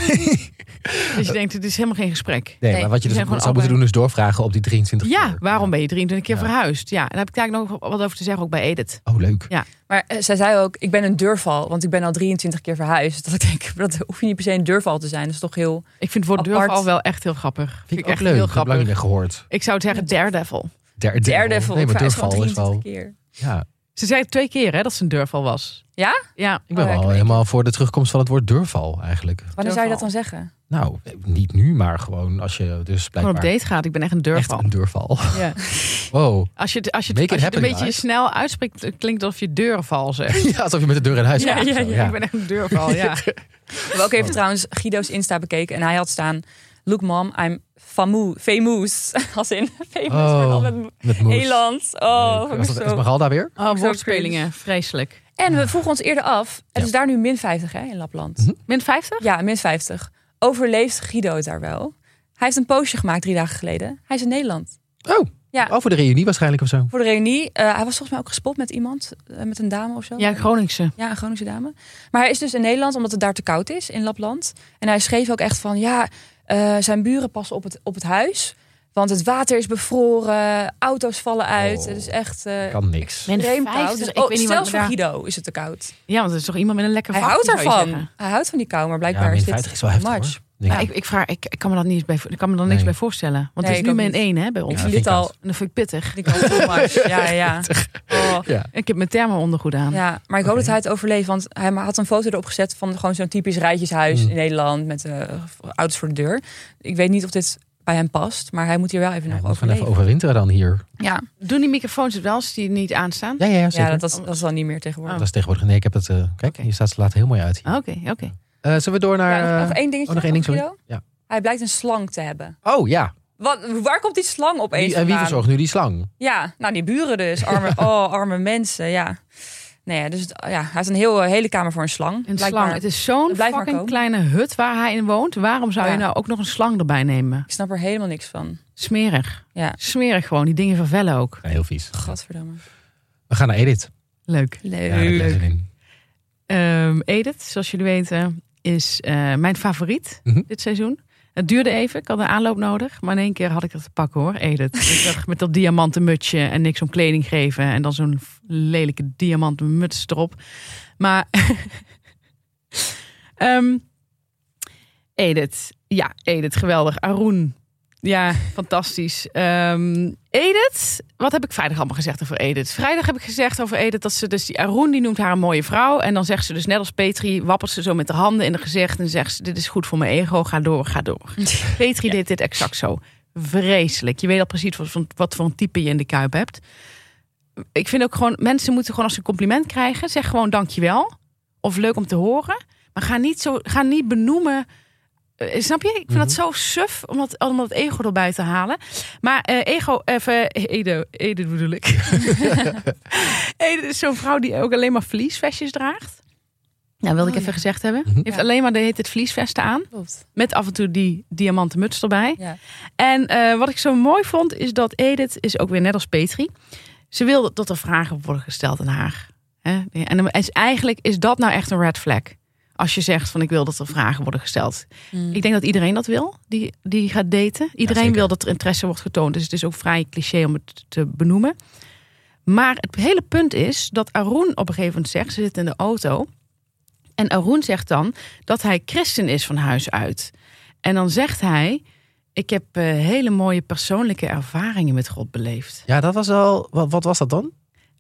[SPEAKER 2] dus je denkt, het is helemaal geen gesprek.
[SPEAKER 1] Nee,
[SPEAKER 3] Nee,
[SPEAKER 1] maar wat je dus
[SPEAKER 2] die
[SPEAKER 1] zou
[SPEAKER 2] zijn gewoon
[SPEAKER 1] moeten
[SPEAKER 2] allebei-
[SPEAKER 1] doen is doorvragen op die 23
[SPEAKER 2] Ja,
[SPEAKER 1] uur.
[SPEAKER 2] waarom ben je 23 keer
[SPEAKER 1] Ja.
[SPEAKER 2] verhuisd? Ja, en daar heb ik daar nog wat over te zeggen, ook bij Edith.
[SPEAKER 1] Oh, leuk.
[SPEAKER 3] Maar eh, zij zei ook, ik ben een deurval, want ik ben al 23 keer verhuisd. Dat ik denk, dat hoef je niet per se een deurval te zijn. Dat is toch heel...
[SPEAKER 2] Ik vind het woord
[SPEAKER 3] Apart.
[SPEAKER 2] al wel echt heel grappig.
[SPEAKER 1] Vind ik ook
[SPEAKER 2] echt
[SPEAKER 1] leuk.
[SPEAKER 2] heel
[SPEAKER 1] Ik heb lang niet
[SPEAKER 2] grappig.
[SPEAKER 1] meer gehoord.
[SPEAKER 2] Ik zou het zeggen daredevil.
[SPEAKER 1] Der,
[SPEAKER 3] Daredevil,
[SPEAKER 1] Nee,
[SPEAKER 3] ik
[SPEAKER 1] maar
[SPEAKER 3] verhuis gewoon
[SPEAKER 1] Durval is
[SPEAKER 3] 23
[SPEAKER 1] wel...
[SPEAKER 3] keer.
[SPEAKER 1] Ja,
[SPEAKER 2] Ze zei twee keer hè, dat ze een deurval was.
[SPEAKER 3] Ja?
[SPEAKER 2] Ja.
[SPEAKER 1] ik ben
[SPEAKER 3] Oh, ja,
[SPEAKER 1] wel
[SPEAKER 3] kijk.
[SPEAKER 1] helemaal voor de terugkomst van het woord deurval eigenlijk.
[SPEAKER 3] Wanneer zou je dat dan zeggen?
[SPEAKER 1] Nou, eh, niet nu, maar gewoon als je dus
[SPEAKER 2] Gewoon
[SPEAKER 1] blijkbaar
[SPEAKER 2] op date gaat. Ik ben echt een
[SPEAKER 1] echt
[SPEAKER 2] deurval.
[SPEAKER 1] een deurval.
[SPEAKER 2] Ja.
[SPEAKER 1] Wow.
[SPEAKER 2] Als je het, als je
[SPEAKER 1] Make it
[SPEAKER 2] het, als je het een
[SPEAKER 1] happen,
[SPEAKER 2] beetje
[SPEAKER 1] guys.
[SPEAKER 2] snel uitspreekt, het klinkt alsof je deurval zegt.
[SPEAKER 1] Ja, alsof je met de deur in huis gaat. of zo.
[SPEAKER 2] Ik ben echt een deurval, ja.
[SPEAKER 3] We hebben ook
[SPEAKER 1] Oh.
[SPEAKER 3] even trouwens Guido's Insta bekeken. En hij had staan, look mom, I'm famu, famous. Als in famous, maar
[SPEAKER 1] Oh,
[SPEAKER 3] dan met
[SPEAKER 1] met moes.
[SPEAKER 3] Eland. Oh,
[SPEAKER 1] Leuk.
[SPEAKER 3] vond ik
[SPEAKER 1] Was dat
[SPEAKER 3] zo-
[SPEAKER 1] Esmeralda weer?
[SPEAKER 2] Oh,
[SPEAKER 3] Zo
[SPEAKER 2] woordspelingen. Vreselijk.
[SPEAKER 3] En we vroegen ons eerder af, het
[SPEAKER 1] Ja. Mhm.
[SPEAKER 3] is daar nu min 50 hè, in Lapland.
[SPEAKER 2] Min 50?
[SPEAKER 3] Ja, min 50. Overleeft Guido het daar wel? Hij heeft een postje gemaakt drie dagen geleden. Hij is in Nederland.
[SPEAKER 1] Oh,
[SPEAKER 3] Ja.
[SPEAKER 1] oh, voor de reunie waarschijnlijk of zo.
[SPEAKER 3] Voor de reunie. eh, hij was volgens mij ook gespot met iemand, eh, met een dame of zo.
[SPEAKER 2] Ja, Groningse.
[SPEAKER 3] Ja, een Groningse dame. Maar hij is dus in Nederland omdat het daar te koud is in Lapland. En hij schreef ook echt van ja, eh, zijn buren passen op het, op het huis. Want het water is bevroren, auto's vallen uit.
[SPEAKER 1] Oh.
[SPEAKER 3] Het is echt eh
[SPEAKER 1] Kan niks.
[SPEAKER 2] Min
[SPEAKER 3] extreem
[SPEAKER 2] 50?
[SPEAKER 3] koud. Dus,
[SPEAKER 2] ik
[SPEAKER 3] oh,
[SPEAKER 2] weet niet wat
[SPEAKER 3] zelfs
[SPEAKER 2] ik
[SPEAKER 3] voor
[SPEAKER 2] daar-
[SPEAKER 3] Guido is het te koud.
[SPEAKER 2] Ja, want het is toch iemand met een lekker
[SPEAKER 3] Hij
[SPEAKER 2] vakje,
[SPEAKER 3] houdt
[SPEAKER 2] zou je
[SPEAKER 3] ervan.
[SPEAKER 2] zeggen.
[SPEAKER 3] Hij houdt van die kou, maar blijkbaar
[SPEAKER 1] ja,
[SPEAKER 3] is
[SPEAKER 1] min
[SPEAKER 3] dit
[SPEAKER 1] 50 is wel heftig
[SPEAKER 3] much.
[SPEAKER 1] hoor. Denk
[SPEAKER 3] Ja.
[SPEAKER 1] ik.
[SPEAKER 2] Nou, Ik, ik, vraag, ik, ik kan me dat niet, eens bij- ik kan me dan niks
[SPEAKER 1] Nee.
[SPEAKER 2] bij voorstellen. Want het
[SPEAKER 3] Nee, ik
[SPEAKER 2] is nu
[SPEAKER 3] ook
[SPEAKER 2] min
[SPEAKER 3] niet.
[SPEAKER 2] 1 hè, bij ons.
[SPEAKER 3] Ik
[SPEAKER 1] Ja,
[SPEAKER 3] vind
[SPEAKER 1] vind
[SPEAKER 3] dit
[SPEAKER 1] ik
[SPEAKER 3] al,
[SPEAKER 1] koud.
[SPEAKER 2] En dat vind ik pittig.
[SPEAKER 3] die kou too much. Ja, ja. Oh.
[SPEAKER 1] Ja.
[SPEAKER 2] Ik heb mijn thermo-ondergoed aan.
[SPEAKER 3] Ja, maar ik hoop
[SPEAKER 1] Oké.
[SPEAKER 3] dat hij het overleeft. Want hij had een foto erop gezet van gewoon zo'n typisch rijtjeshuis
[SPEAKER 1] Mm.
[SPEAKER 3] in Nederland. Met eh auto's voor de deur. Ik weet niet of dit bij hem past. Maar hij moet hier wel even
[SPEAKER 1] Ja,
[SPEAKER 3] nog
[SPEAKER 1] we gaan even
[SPEAKER 3] overleven.
[SPEAKER 1] overwinteren dan hier.
[SPEAKER 3] Ja,
[SPEAKER 2] Doen die microfoons het wel als die niet aanstaan?
[SPEAKER 1] Ja, ja, ja, zeker. Oh.
[SPEAKER 3] ja dat,
[SPEAKER 1] dat,
[SPEAKER 3] dat, is- dat is dan niet meer tegenwoordig.
[SPEAKER 1] is tegenwoordig. Nee, ik heb dat. eh, kijk,
[SPEAKER 2] Oké. Ah.
[SPEAKER 1] hier staat ze later heel mooi uit. hier.
[SPEAKER 2] Oké, oké.
[SPEAKER 1] Eh, zullen we door naar.
[SPEAKER 3] Ja, nog- nog
[SPEAKER 1] eh,
[SPEAKER 3] één dingetje.
[SPEAKER 1] oh, nog één ding,
[SPEAKER 3] over
[SPEAKER 1] sorry.
[SPEAKER 3] Guido.
[SPEAKER 1] Ja.
[SPEAKER 3] Hij blijkt een slang te hebben.
[SPEAKER 1] Oh ja.
[SPEAKER 3] Wat, waar komt die slang opeens
[SPEAKER 1] Wie, en wie
[SPEAKER 3] vandaan?
[SPEAKER 1] verzorgt nu die slang?
[SPEAKER 3] Ja, nou die buren dus. Arme, oh, arme mensen, ja. Nee, ja, dus het- ja, hij heeft een heel, eh, hele kamer voor een slang.
[SPEAKER 2] Een
[SPEAKER 3] blijkbaar.
[SPEAKER 2] slang. Het is zo'n
[SPEAKER 3] Het blijft maar
[SPEAKER 2] fucking
[SPEAKER 3] komen.
[SPEAKER 2] kleine hut waar hij in woont. Waarom zou je
[SPEAKER 3] Ja.
[SPEAKER 2] nou ook nog een slang erbij nemen?
[SPEAKER 3] Ik snap er helemaal niks van.
[SPEAKER 2] Smerig.
[SPEAKER 3] Ja.
[SPEAKER 2] Smerig gewoon. Die dingen vervellen ook.
[SPEAKER 1] Nee, heel vies.
[SPEAKER 3] Gadverdamme.
[SPEAKER 1] We gaan naar Edith.
[SPEAKER 2] Leuk.
[SPEAKER 3] Leuk.
[SPEAKER 1] Ja, daar heb jij zin in.
[SPEAKER 2] Ehm, Edith, zoals jullie weten, is eh, mijn favoriet
[SPEAKER 1] Mhm.
[SPEAKER 2] dit seizoen. Het duurde even, ik had een aanloop nodig. Maar in één keer had ik het te pakken hoor, Edith. Met dat, met dat diamanten mutsje en niks om kleding geven. En dan zo'n lelijke diamanten muts erop. Maar... Ehm, Edith, ja, Edith, geweldig. Arun, ja, fantastisch. Ehm, Edith, wat heb ik vrijdag allemaal gezegd over Edith? Vrijdag heb ik gezegd over Edith dat ze dus die Arun die noemt haar een mooie vrouw en dan zegt ze dus net als Petri wappert ze zo met de handen in de gezicht en zegt ze dit is goed voor mijn ego, ga door, ga door. Petri deed dit exact zo. vreselijk. Je weet al precies wat, voor- wat voor een type je in de kuip hebt. Ik vind ook gewoon, mensen moeten gewoon als ze een compliment krijgen, zeg gewoon dankjewel. Of leuk om te horen. Maar ga niet, zo, ga niet benoemen. Eh, snap je? Ik vind
[SPEAKER 3] Mhm.
[SPEAKER 2] dat zo suf om dat, om dat ego erbij te halen. Maar eh, ego, even, Edo, Edo bedoel ik. Ede is zo'n vrouw die ook alleen maar vliesvestjes draagt. Nou, wilde ik
[SPEAKER 3] Oh,
[SPEAKER 2] even
[SPEAKER 3] ja.
[SPEAKER 2] gezegd hebben.
[SPEAKER 1] Mhm.
[SPEAKER 2] Heeft
[SPEAKER 3] Ja.
[SPEAKER 2] alleen maar de heet het vliesvesten aan.
[SPEAKER 3] Klopt.
[SPEAKER 2] Met af en toe die diamanten muts erbij.
[SPEAKER 3] Ja.
[SPEAKER 2] En eh, wat ik zo mooi vond, is dat Edith is ook weer net als Petri. Ze wil dat er vragen worden gesteld aan haar. Hè? En dan is eigenlijk is dat nou echt een red flag. Als je zegt van ik wil dat er vragen worden gesteld. Ik denk dat iedereen dat wil, die, die gaat daten. Iedereen
[SPEAKER 1] zeker.
[SPEAKER 2] wil dat er interesse wordt getoond. Dus het is ook vrij cliché om het te benoemen. Maar het hele punt is dat Arun op een gegeven moment zegt... ze zit in de auto. En Arun zegt dan dat hij christen is van huis uit. En dan zegt hij... ik heb eh, hele mooie persoonlijke ervaringen met God beleefd.
[SPEAKER 1] Ja, dat was wel. Wat, wat was dat dan?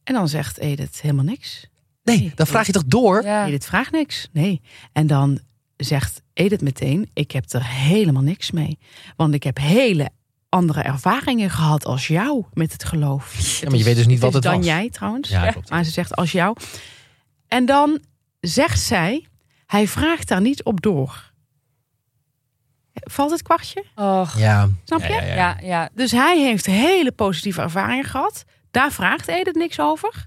[SPEAKER 2] En dan zegt Edith helemaal niks.
[SPEAKER 1] Nee,
[SPEAKER 2] Nee.
[SPEAKER 1] dan vraag je toch door?
[SPEAKER 3] Ja.
[SPEAKER 2] Edith vraagt niks. Nee. En dan zegt Edith meteen: Ik heb er helemaal niks mee. Want ik heb hele andere ervaringen gehad als jou met het geloof.
[SPEAKER 1] Ja, maar je weet dus niet
[SPEAKER 2] Het
[SPEAKER 1] wat
[SPEAKER 2] is
[SPEAKER 1] het
[SPEAKER 2] dan
[SPEAKER 1] was.
[SPEAKER 2] jij trouwens.
[SPEAKER 1] Ja, klopt.
[SPEAKER 2] Maar ze zegt als jou. En dan zegt zij: Hij vraagt daar niet op door. Valt het kwartje?
[SPEAKER 3] Och.
[SPEAKER 1] Ja.
[SPEAKER 2] Snap je?
[SPEAKER 1] Ja, ja, ja.
[SPEAKER 3] Ja, ja.
[SPEAKER 2] Dus hij heeft hele positieve ervaringen gehad. Daar vraagt Edith niks over.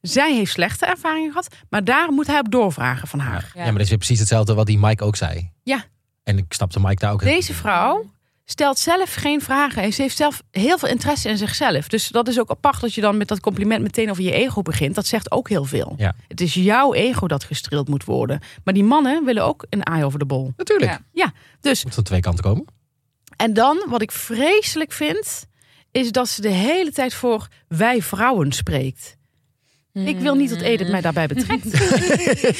[SPEAKER 2] Zij heeft slechte ervaringen gehad. Maar daar moet hij op doorvragen van haar.
[SPEAKER 1] Ja, maar dat is weer precies hetzelfde wat die Mike ook zei.
[SPEAKER 2] Ja.
[SPEAKER 1] En ik snapte Mike daar ook heel
[SPEAKER 2] Deze vrouw stelt zelf geen vragen. En ze heeft zelf heel veel interesse in zichzelf. Dus dat is ook apart dat je dan met dat compliment meteen over je ego begint. Dat zegt ook heel veel.
[SPEAKER 1] Ja.
[SPEAKER 2] Het is jouw ego dat gestreeld moet worden. Maar die mannen willen ook een eye over de bol.
[SPEAKER 1] Natuurlijk.
[SPEAKER 3] Ja.
[SPEAKER 2] Dus,
[SPEAKER 1] Moet van twee kanten komen.
[SPEAKER 2] en dan wat ik vreselijk vind, is dat ze de hele tijd voor wij vrouwen spreekt. Ik wil niet dat Edith mij daarbij betrekt.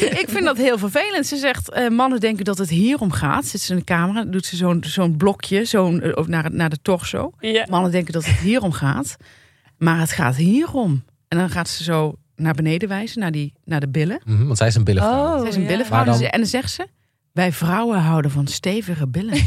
[SPEAKER 2] ik vind dat heel vervelend. Ze zegt, eh, mannen denken dat het hierom gaat. Zit ze in de camera, doet ze zo'n zo'n blokje zo'n, eh, of naar, het- naar de torso.
[SPEAKER 3] Ja.
[SPEAKER 2] Mannen denken dat het hierom gaat. Maar het gaat hierom. En dan gaat ze zo naar beneden wijzen, naar, die, naar de billen.
[SPEAKER 1] Mhm, want zij is een
[SPEAKER 3] Oh,
[SPEAKER 1] billenvrouw.
[SPEAKER 2] Zij is een billenvrouw.
[SPEAKER 1] Maar dan-
[SPEAKER 3] Nou,
[SPEAKER 2] En ze- En dan zegt ze, wij vrouwen houden van stevige billen.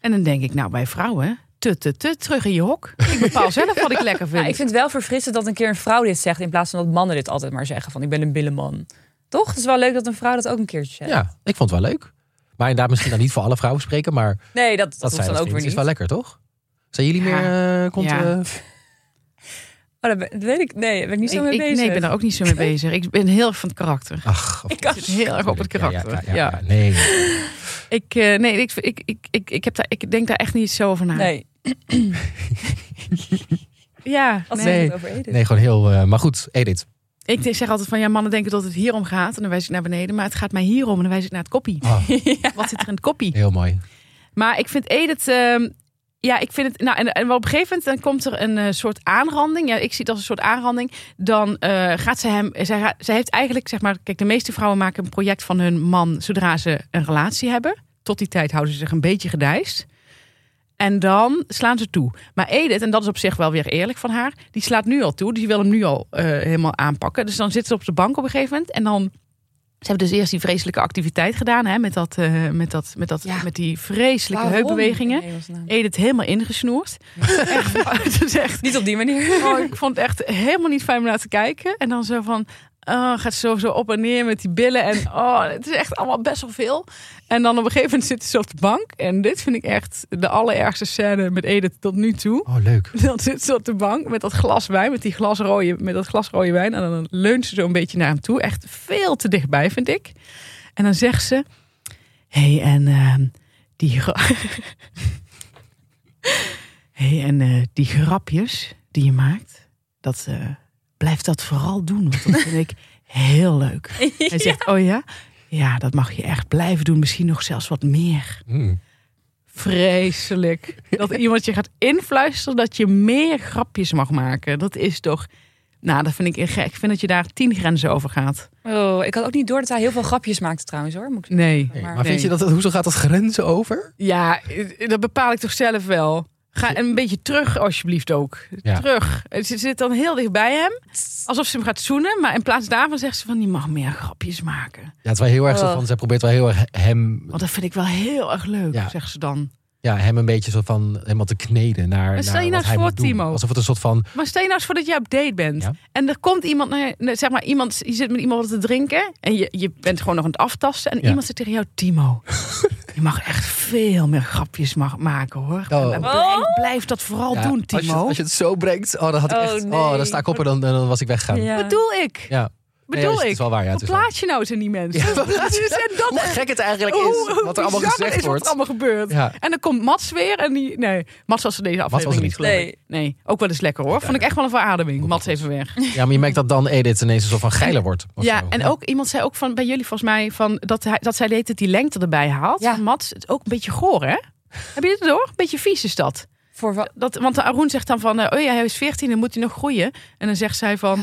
[SPEAKER 2] En dan denk ik, nou, wij vrouwen... Tut, tut, tut, terug in je hok. Ik bepaal zelf wat ik lekker vind.
[SPEAKER 3] Ja, ik vind het wel verfrissend dat een keer een vrouw dit zegt... in plaats van dat mannen dit altijd maar zeggen van... ik ben een billenman. Toch? Het is wel leuk dat een vrouw dat ook een keertje
[SPEAKER 1] Ja.
[SPEAKER 3] zegt.
[SPEAKER 1] ik vond het wel leuk. Maar inderdaad, misschien dan niet voor alle vrouwen spreken, maar dat,
[SPEAKER 3] Nee, dat, dat,
[SPEAKER 1] zij
[SPEAKER 3] hoeft dan
[SPEAKER 1] dat
[SPEAKER 3] ook weer
[SPEAKER 1] vindt,
[SPEAKER 3] niet.
[SPEAKER 1] is wel lekker, toch? Zijn jullie
[SPEAKER 2] Ja.
[SPEAKER 1] meer eh kont,
[SPEAKER 2] Ja.
[SPEAKER 1] eh,
[SPEAKER 3] Oh, dat, ben- dat weet ik. Nee, daar ben ik niet zo mee
[SPEAKER 2] ik, ik-
[SPEAKER 3] bezig.
[SPEAKER 2] nee, ik ben daar ook niet zo mee bezig. Ik ben heel erg van het karakter.
[SPEAKER 1] Ach, of-
[SPEAKER 3] Ik kan-
[SPEAKER 2] Ik zit heel erg op het
[SPEAKER 1] Ja, ja,
[SPEAKER 2] karakter. Ja,
[SPEAKER 1] Ja, ja, ja. nee.
[SPEAKER 2] Ik, eh, nee, ik, ik, ik, ik, ik, heb daar, ik denk daar echt niet zo over na.
[SPEAKER 3] Nee,
[SPEAKER 2] Ja,
[SPEAKER 3] als
[SPEAKER 2] nee.
[SPEAKER 3] nee.
[SPEAKER 1] Nee.
[SPEAKER 3] het over Edith.
[SPEAKER 1] nee, gewoon heel... eh, maar goed, Edith.
[SPEAKER 2] Ik zeg altijd van ja, mannen denken dat het hierom gaat. En dan wijs ik naar beneden. Maar het gaat mij hierom. En dan wijs ik naar het koppie.
[SPEAKER 1] Ah,
[SPEAKER 2] Wat zit er in het koppie?
[SPEAKER 1] heel mooi.
[SPEAKER 2] Maar ik vind Edith. ehm, ja, ik vind het. Nou, en, en wel op een gegeven moment dan komt er een eh, soort aanranding. Ja, ik zie het als een soort aanranding. Dan eh, gaat ze hem. Zij, gaat- zij heeft eigenlijk, zeg maar. Kijk, de meeste vrouwen maken een project van hun man zodra ze een relatie hebben. Tot die tijd houden ze zich een beetje gedijst. En dan slaan ze toe. Maar Edith, en dat is op zich wel weer eerlijk van haar, die slaat nu al toe. Die wil hem nu al eh, helemaal aanpakken. Dus dan zit ze op de bank op een gegeven moment. En dan. Ze hebben dus eerst die vreselijke activiteit gedaan. Hè, met, dat, eh, met, dat, met, dat,
[SPEAKER 3] Ja.
[SPEAKER 2] met die vreselijke
[SPEAKER 3] Waarom?
[SPEAKER 2] heupbewegingen.
[SPEAKER 3] In hemelsnaam.
[SPEAKER 2] Edith helemaal ingesnoerd. echt, het is echt,
[SPEAKER 3] Niet op die manier.
[SPEAKER 2] oh, ik vond het echt helemaal niet fijn om naar te kijken. En dan zo van, oh, gaat zo, zo op en neer met die billen. En oh, het is echt allemaal best wel veel. En dan op een gegeven moment zitten ze op de bank. En dit vind ik echt de allerergste scène met Edith tot nu toe.
[SPEAKER 1] Oh, leuk.
[SPEAKER 2] Dan zit ze op de bank met dat glas wijn, met, die glasrode, met dat glasrode wijn. En dan leunt ze zo een beetje naar hem toe. Echt veel te dichtbij, vind ik. En dan zegt ze... hey, en ehm, die... gra- hey, en eh, die grapjes die je maakt, dat eh, blijf dat vooral doen. Want dat vind ik heel leuk. Hij zegt, oh ja? Ja, dat mag je echt blijven doen. Misschien nog zelfs wat meer.
[SPEAKER 1] Mm.
[SPEAKER 2] Vreselijk. Dat iemand je gaat influisteren dat je meer grapjes mag maken. Dat is toch. Nou, dat vind ik echt gek. Ik vind dat je daar tien grenzen over gaat.
[SPEAKER 3] Oh, ik had ook niet door dat hij heel veel grapjes maakte trouwens hoor. Moet ik...
[SPEAKER 2] Nee.
[SPEAKER 1] Nee, maar
[SPEAKER 3] Maar-
[SPEAKER 1] vind je dat, hoezo gaat dat grenzen over?
[SPEAKER 2] Ja, eh, dat bepaal ik toch zelf wel. Ga een beetje terug, alsjeblieft ook.
[SPEAKER 1] Ja.
[SPEAKER 2] Terug. Ze zit dan heel dicht bij hem. Alsof ze hem gaat zoenen. Maar in plaats daarvan zegt ze van, die mag meer grapjes maken.
[SPEAKER 1] Ja, het is wel heel erg zo
[SPEAKER 3] Oh.
[SPEAKER 1] van, zij probeert wel heel erg hem...
[SPEAKER 2] Want dat vind ik wel heel erg leuk,
[SPEAKER 1] Ja.
[SPEAKER 2] zegt ze dan.
[SPEAKER 1] Ja, ja, hem een beetje zo van helemaal te kneden naar,
[SPEAKER 2] Maar stel
[SPEAKER 1] naar
[SPEAKER 2] je
[SPEAKER 1] wat
[SPEAKER 2] nou
[SPEAKER 1] hij
[SPEAKER 2] voor,
[SPEAKER 1] moet doen.
[SPEAKER 2] Timo.
[SPEAKER 1] Alsof het een soort van
[SPEAKER 2] Maar stel je nou eens voor dat je op date bent.
[SPEAKER 1] Ja.
[SPEAKER 2] En er komt iemand, naar, nee, zeg maar, iemand, je zit met iemand wat te drinken. En je, je bent gewoon nog aan het aftasten. En
[SPEAKER 1] Ja.
[SPEAKER 2] iemand zegt tegen jou, Timo, je mag echt veel meer grapjes mag maken hoor.
[SPEAKER 1] Oh.
[SPEAKER 2] En blijf, blijf dat vooral
[SPEAKER 1] Ja,
[SPEAKER 2] doen,
[SPEAKER 1] Als je,
[SPEAKER 2] Timo.
[SPEAKER 1] als je het zo brengt, oh, dan, had ik
[SPEAKER 3] Oh,
[SPEAKER 1] echt,
[SPEAKER 3] nee.
[SPEAKER 1] oh, dan sta ik op en dan, dan was ik weggegaan. Ja.
[SPEAKER 3] Ja.
[SPEAKER 2] Bedoel ik.
[SPEAKER 1] Nee,
[SPEAKER 2] Bedoel
[SPEAKER 1] ja, het is- Het
[SPEAKER 2] ik.
[SPEAKER 1] is wel waar, ja.
[SPEAKER 2] Hoe
[SPEAKER 1] Het is wel-
[SPEAKER 2] plaat je nou eens in die mensen?
[SPEAKER 1] Ja, wat plaat je-
[SPEAKER 2] Dus en dat
[SPEAKER 1] Hoe gek het eigenlijk
[SPEAKER 2] hoe-
[SPEAKER 1] is,
[SPEAKER 2] hoe
[SPEAKER 1] wat er allemaal
[SPEAKER 2] bizar
[SPEAKER 1] gezegd
[SPEAKER 2] het is wat er
[SPEAKER 1] wordt.
[SPEAKER 2] allemaal gebeurt.
[SPEAKER 1] Ja.
[SPEAKER 2] En dan komt Mats weer en die... Nee, Mats was er deze
[SPEAKER 1] was er
[SPEAKER 2] aflevering
[SPEAKER 1] niet.
[SPEAKER 2] niet, geloof ik.
[SPEAKER 3] Nee.
[SPEAKER 2] Nee, ook wel eens lekker hoor. Vond ik echt wel een verademing. Mats even weg.
[SPEAKER 1] ja, maar je merkt dat dan Edith ineens een soort van geiler wordt. of
[SPEAKER 2] Ja,
[SPEAKER 1] zo.
[SPEAKER 2] en ook iemand zei ook van bij jullie volgens mij van dat, hij, dat zij deed dat die lengte erbij haalt.
[SPEAKER 3] Ja.
[SPEAKER 2] Mats, het is ook een beetje goor, hè? Heb je dit door? Een beetje vies is dat.
[SPEAKER 3] Voor wat?
[SPEAKER 2] dat want de Arun zegt dan van, eh, oh ja, hij is 14 en moet hij nog groeien. En dan zegt zij van,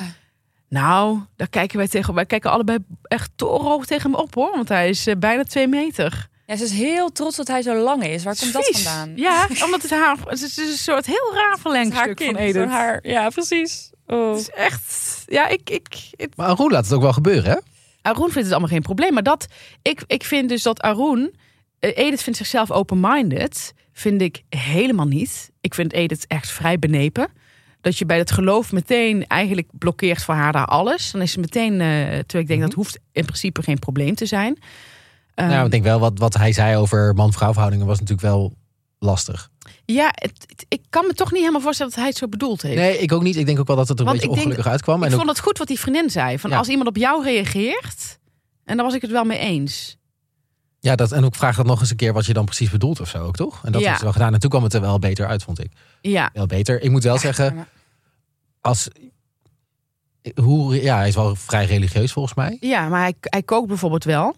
[SPEAKER 2] nou, daar kijken wij tegen, wij kijken allebei echt torenhoog tegen hem op, hoor, want hij is eh, bijna twee meter.
[SPEAKER 3] Ja, ze is heel trots dat hij zo lang is. Waar
[SPEAKER 2] Het is
[SPEAKER 3] komt dat
[SPEAKER 2] vies.
[SPEAKER 3] vandaan?
[SPEAKER 2] Ja, omdat het haar, het is een soort heel raar
[SPEAKER 3] Het is
[SPEAKER 2] verlengstuk
[SPEAKER 3] haar
[SPEAKER 2] van
[SPEAKER 3] kind.
[SPEAKER 2] Edith.
[SPEAKER 3] van haar, ja, precies.
[SPEAKER 2] Het
[SPEAKER 3] Oh.
[SPEAKER 2] is echt, ja, ik, ik, het-
[SPEAKER 1] Maar Arun laat het ook wel gebeuren, hè?
[SPEAKER 2] Arun vindt het allemaal geen probleem. Maar dat, ik, ik vind dus dat Arun... eh, Edith vindt zichzelf open-minded. Vind ik helemaal niet. Ik vind Edith echt vrij benepen. Dat je bij het geloof meteen eigenlijk blokkeert voor haar daar alles. Dan is ze meteen... eh, terwijl ik denk, dat hoeft in principe geen probleem te zijn. Ehm,
[SPEAKER 1] Mhm. nou, ik denk wel, wat, wat hij zei over man-vrouw verhoudingen was natuurlijk wel lastig.
[SPEAKER 2] ja, het, het- ik kan me toch niet helemaal voorstellen dat hij het zo bedoeld heeft.
[SPEAKER 1] Nee, ik ook niet. Ik denk ook wel dat het er een
[SPEAKER 2] Want
[SPEAKER 1] beetje
[SPEAKER 2] ik denk-
[SPEAKER 1] ongelukkig uitkwam.
[SPEAKER 2] ik
[SPEAKER 1] En ook,
[SPEAKER 2] vond het goed wat die vriendin zei. Van
[SPEAKER 1] Ja.
[SPEAKER 2] als iemand op jou reageert... En daar was ik het wel mee eens.
[SPEAKER 1] ja, dat, en ook vraag dat nog eens een keer wat je dan precies bedoelt of zo ook, toch? En dat
[SPEAKER 2] Ja.
[SPEAKER 1] is wel gedaan. En toen kwam het er wel beter uit, vond ik.
[SPEAKER 2] Ja,
[SPEAKER 1] Wel beter. Ik moet wel zeggen, als... Hoe, ja, hij is wel vrij religieus volgens mij.
[SPEAKER 2] ja maar hij, hij kookt bijvoorbeeld wel.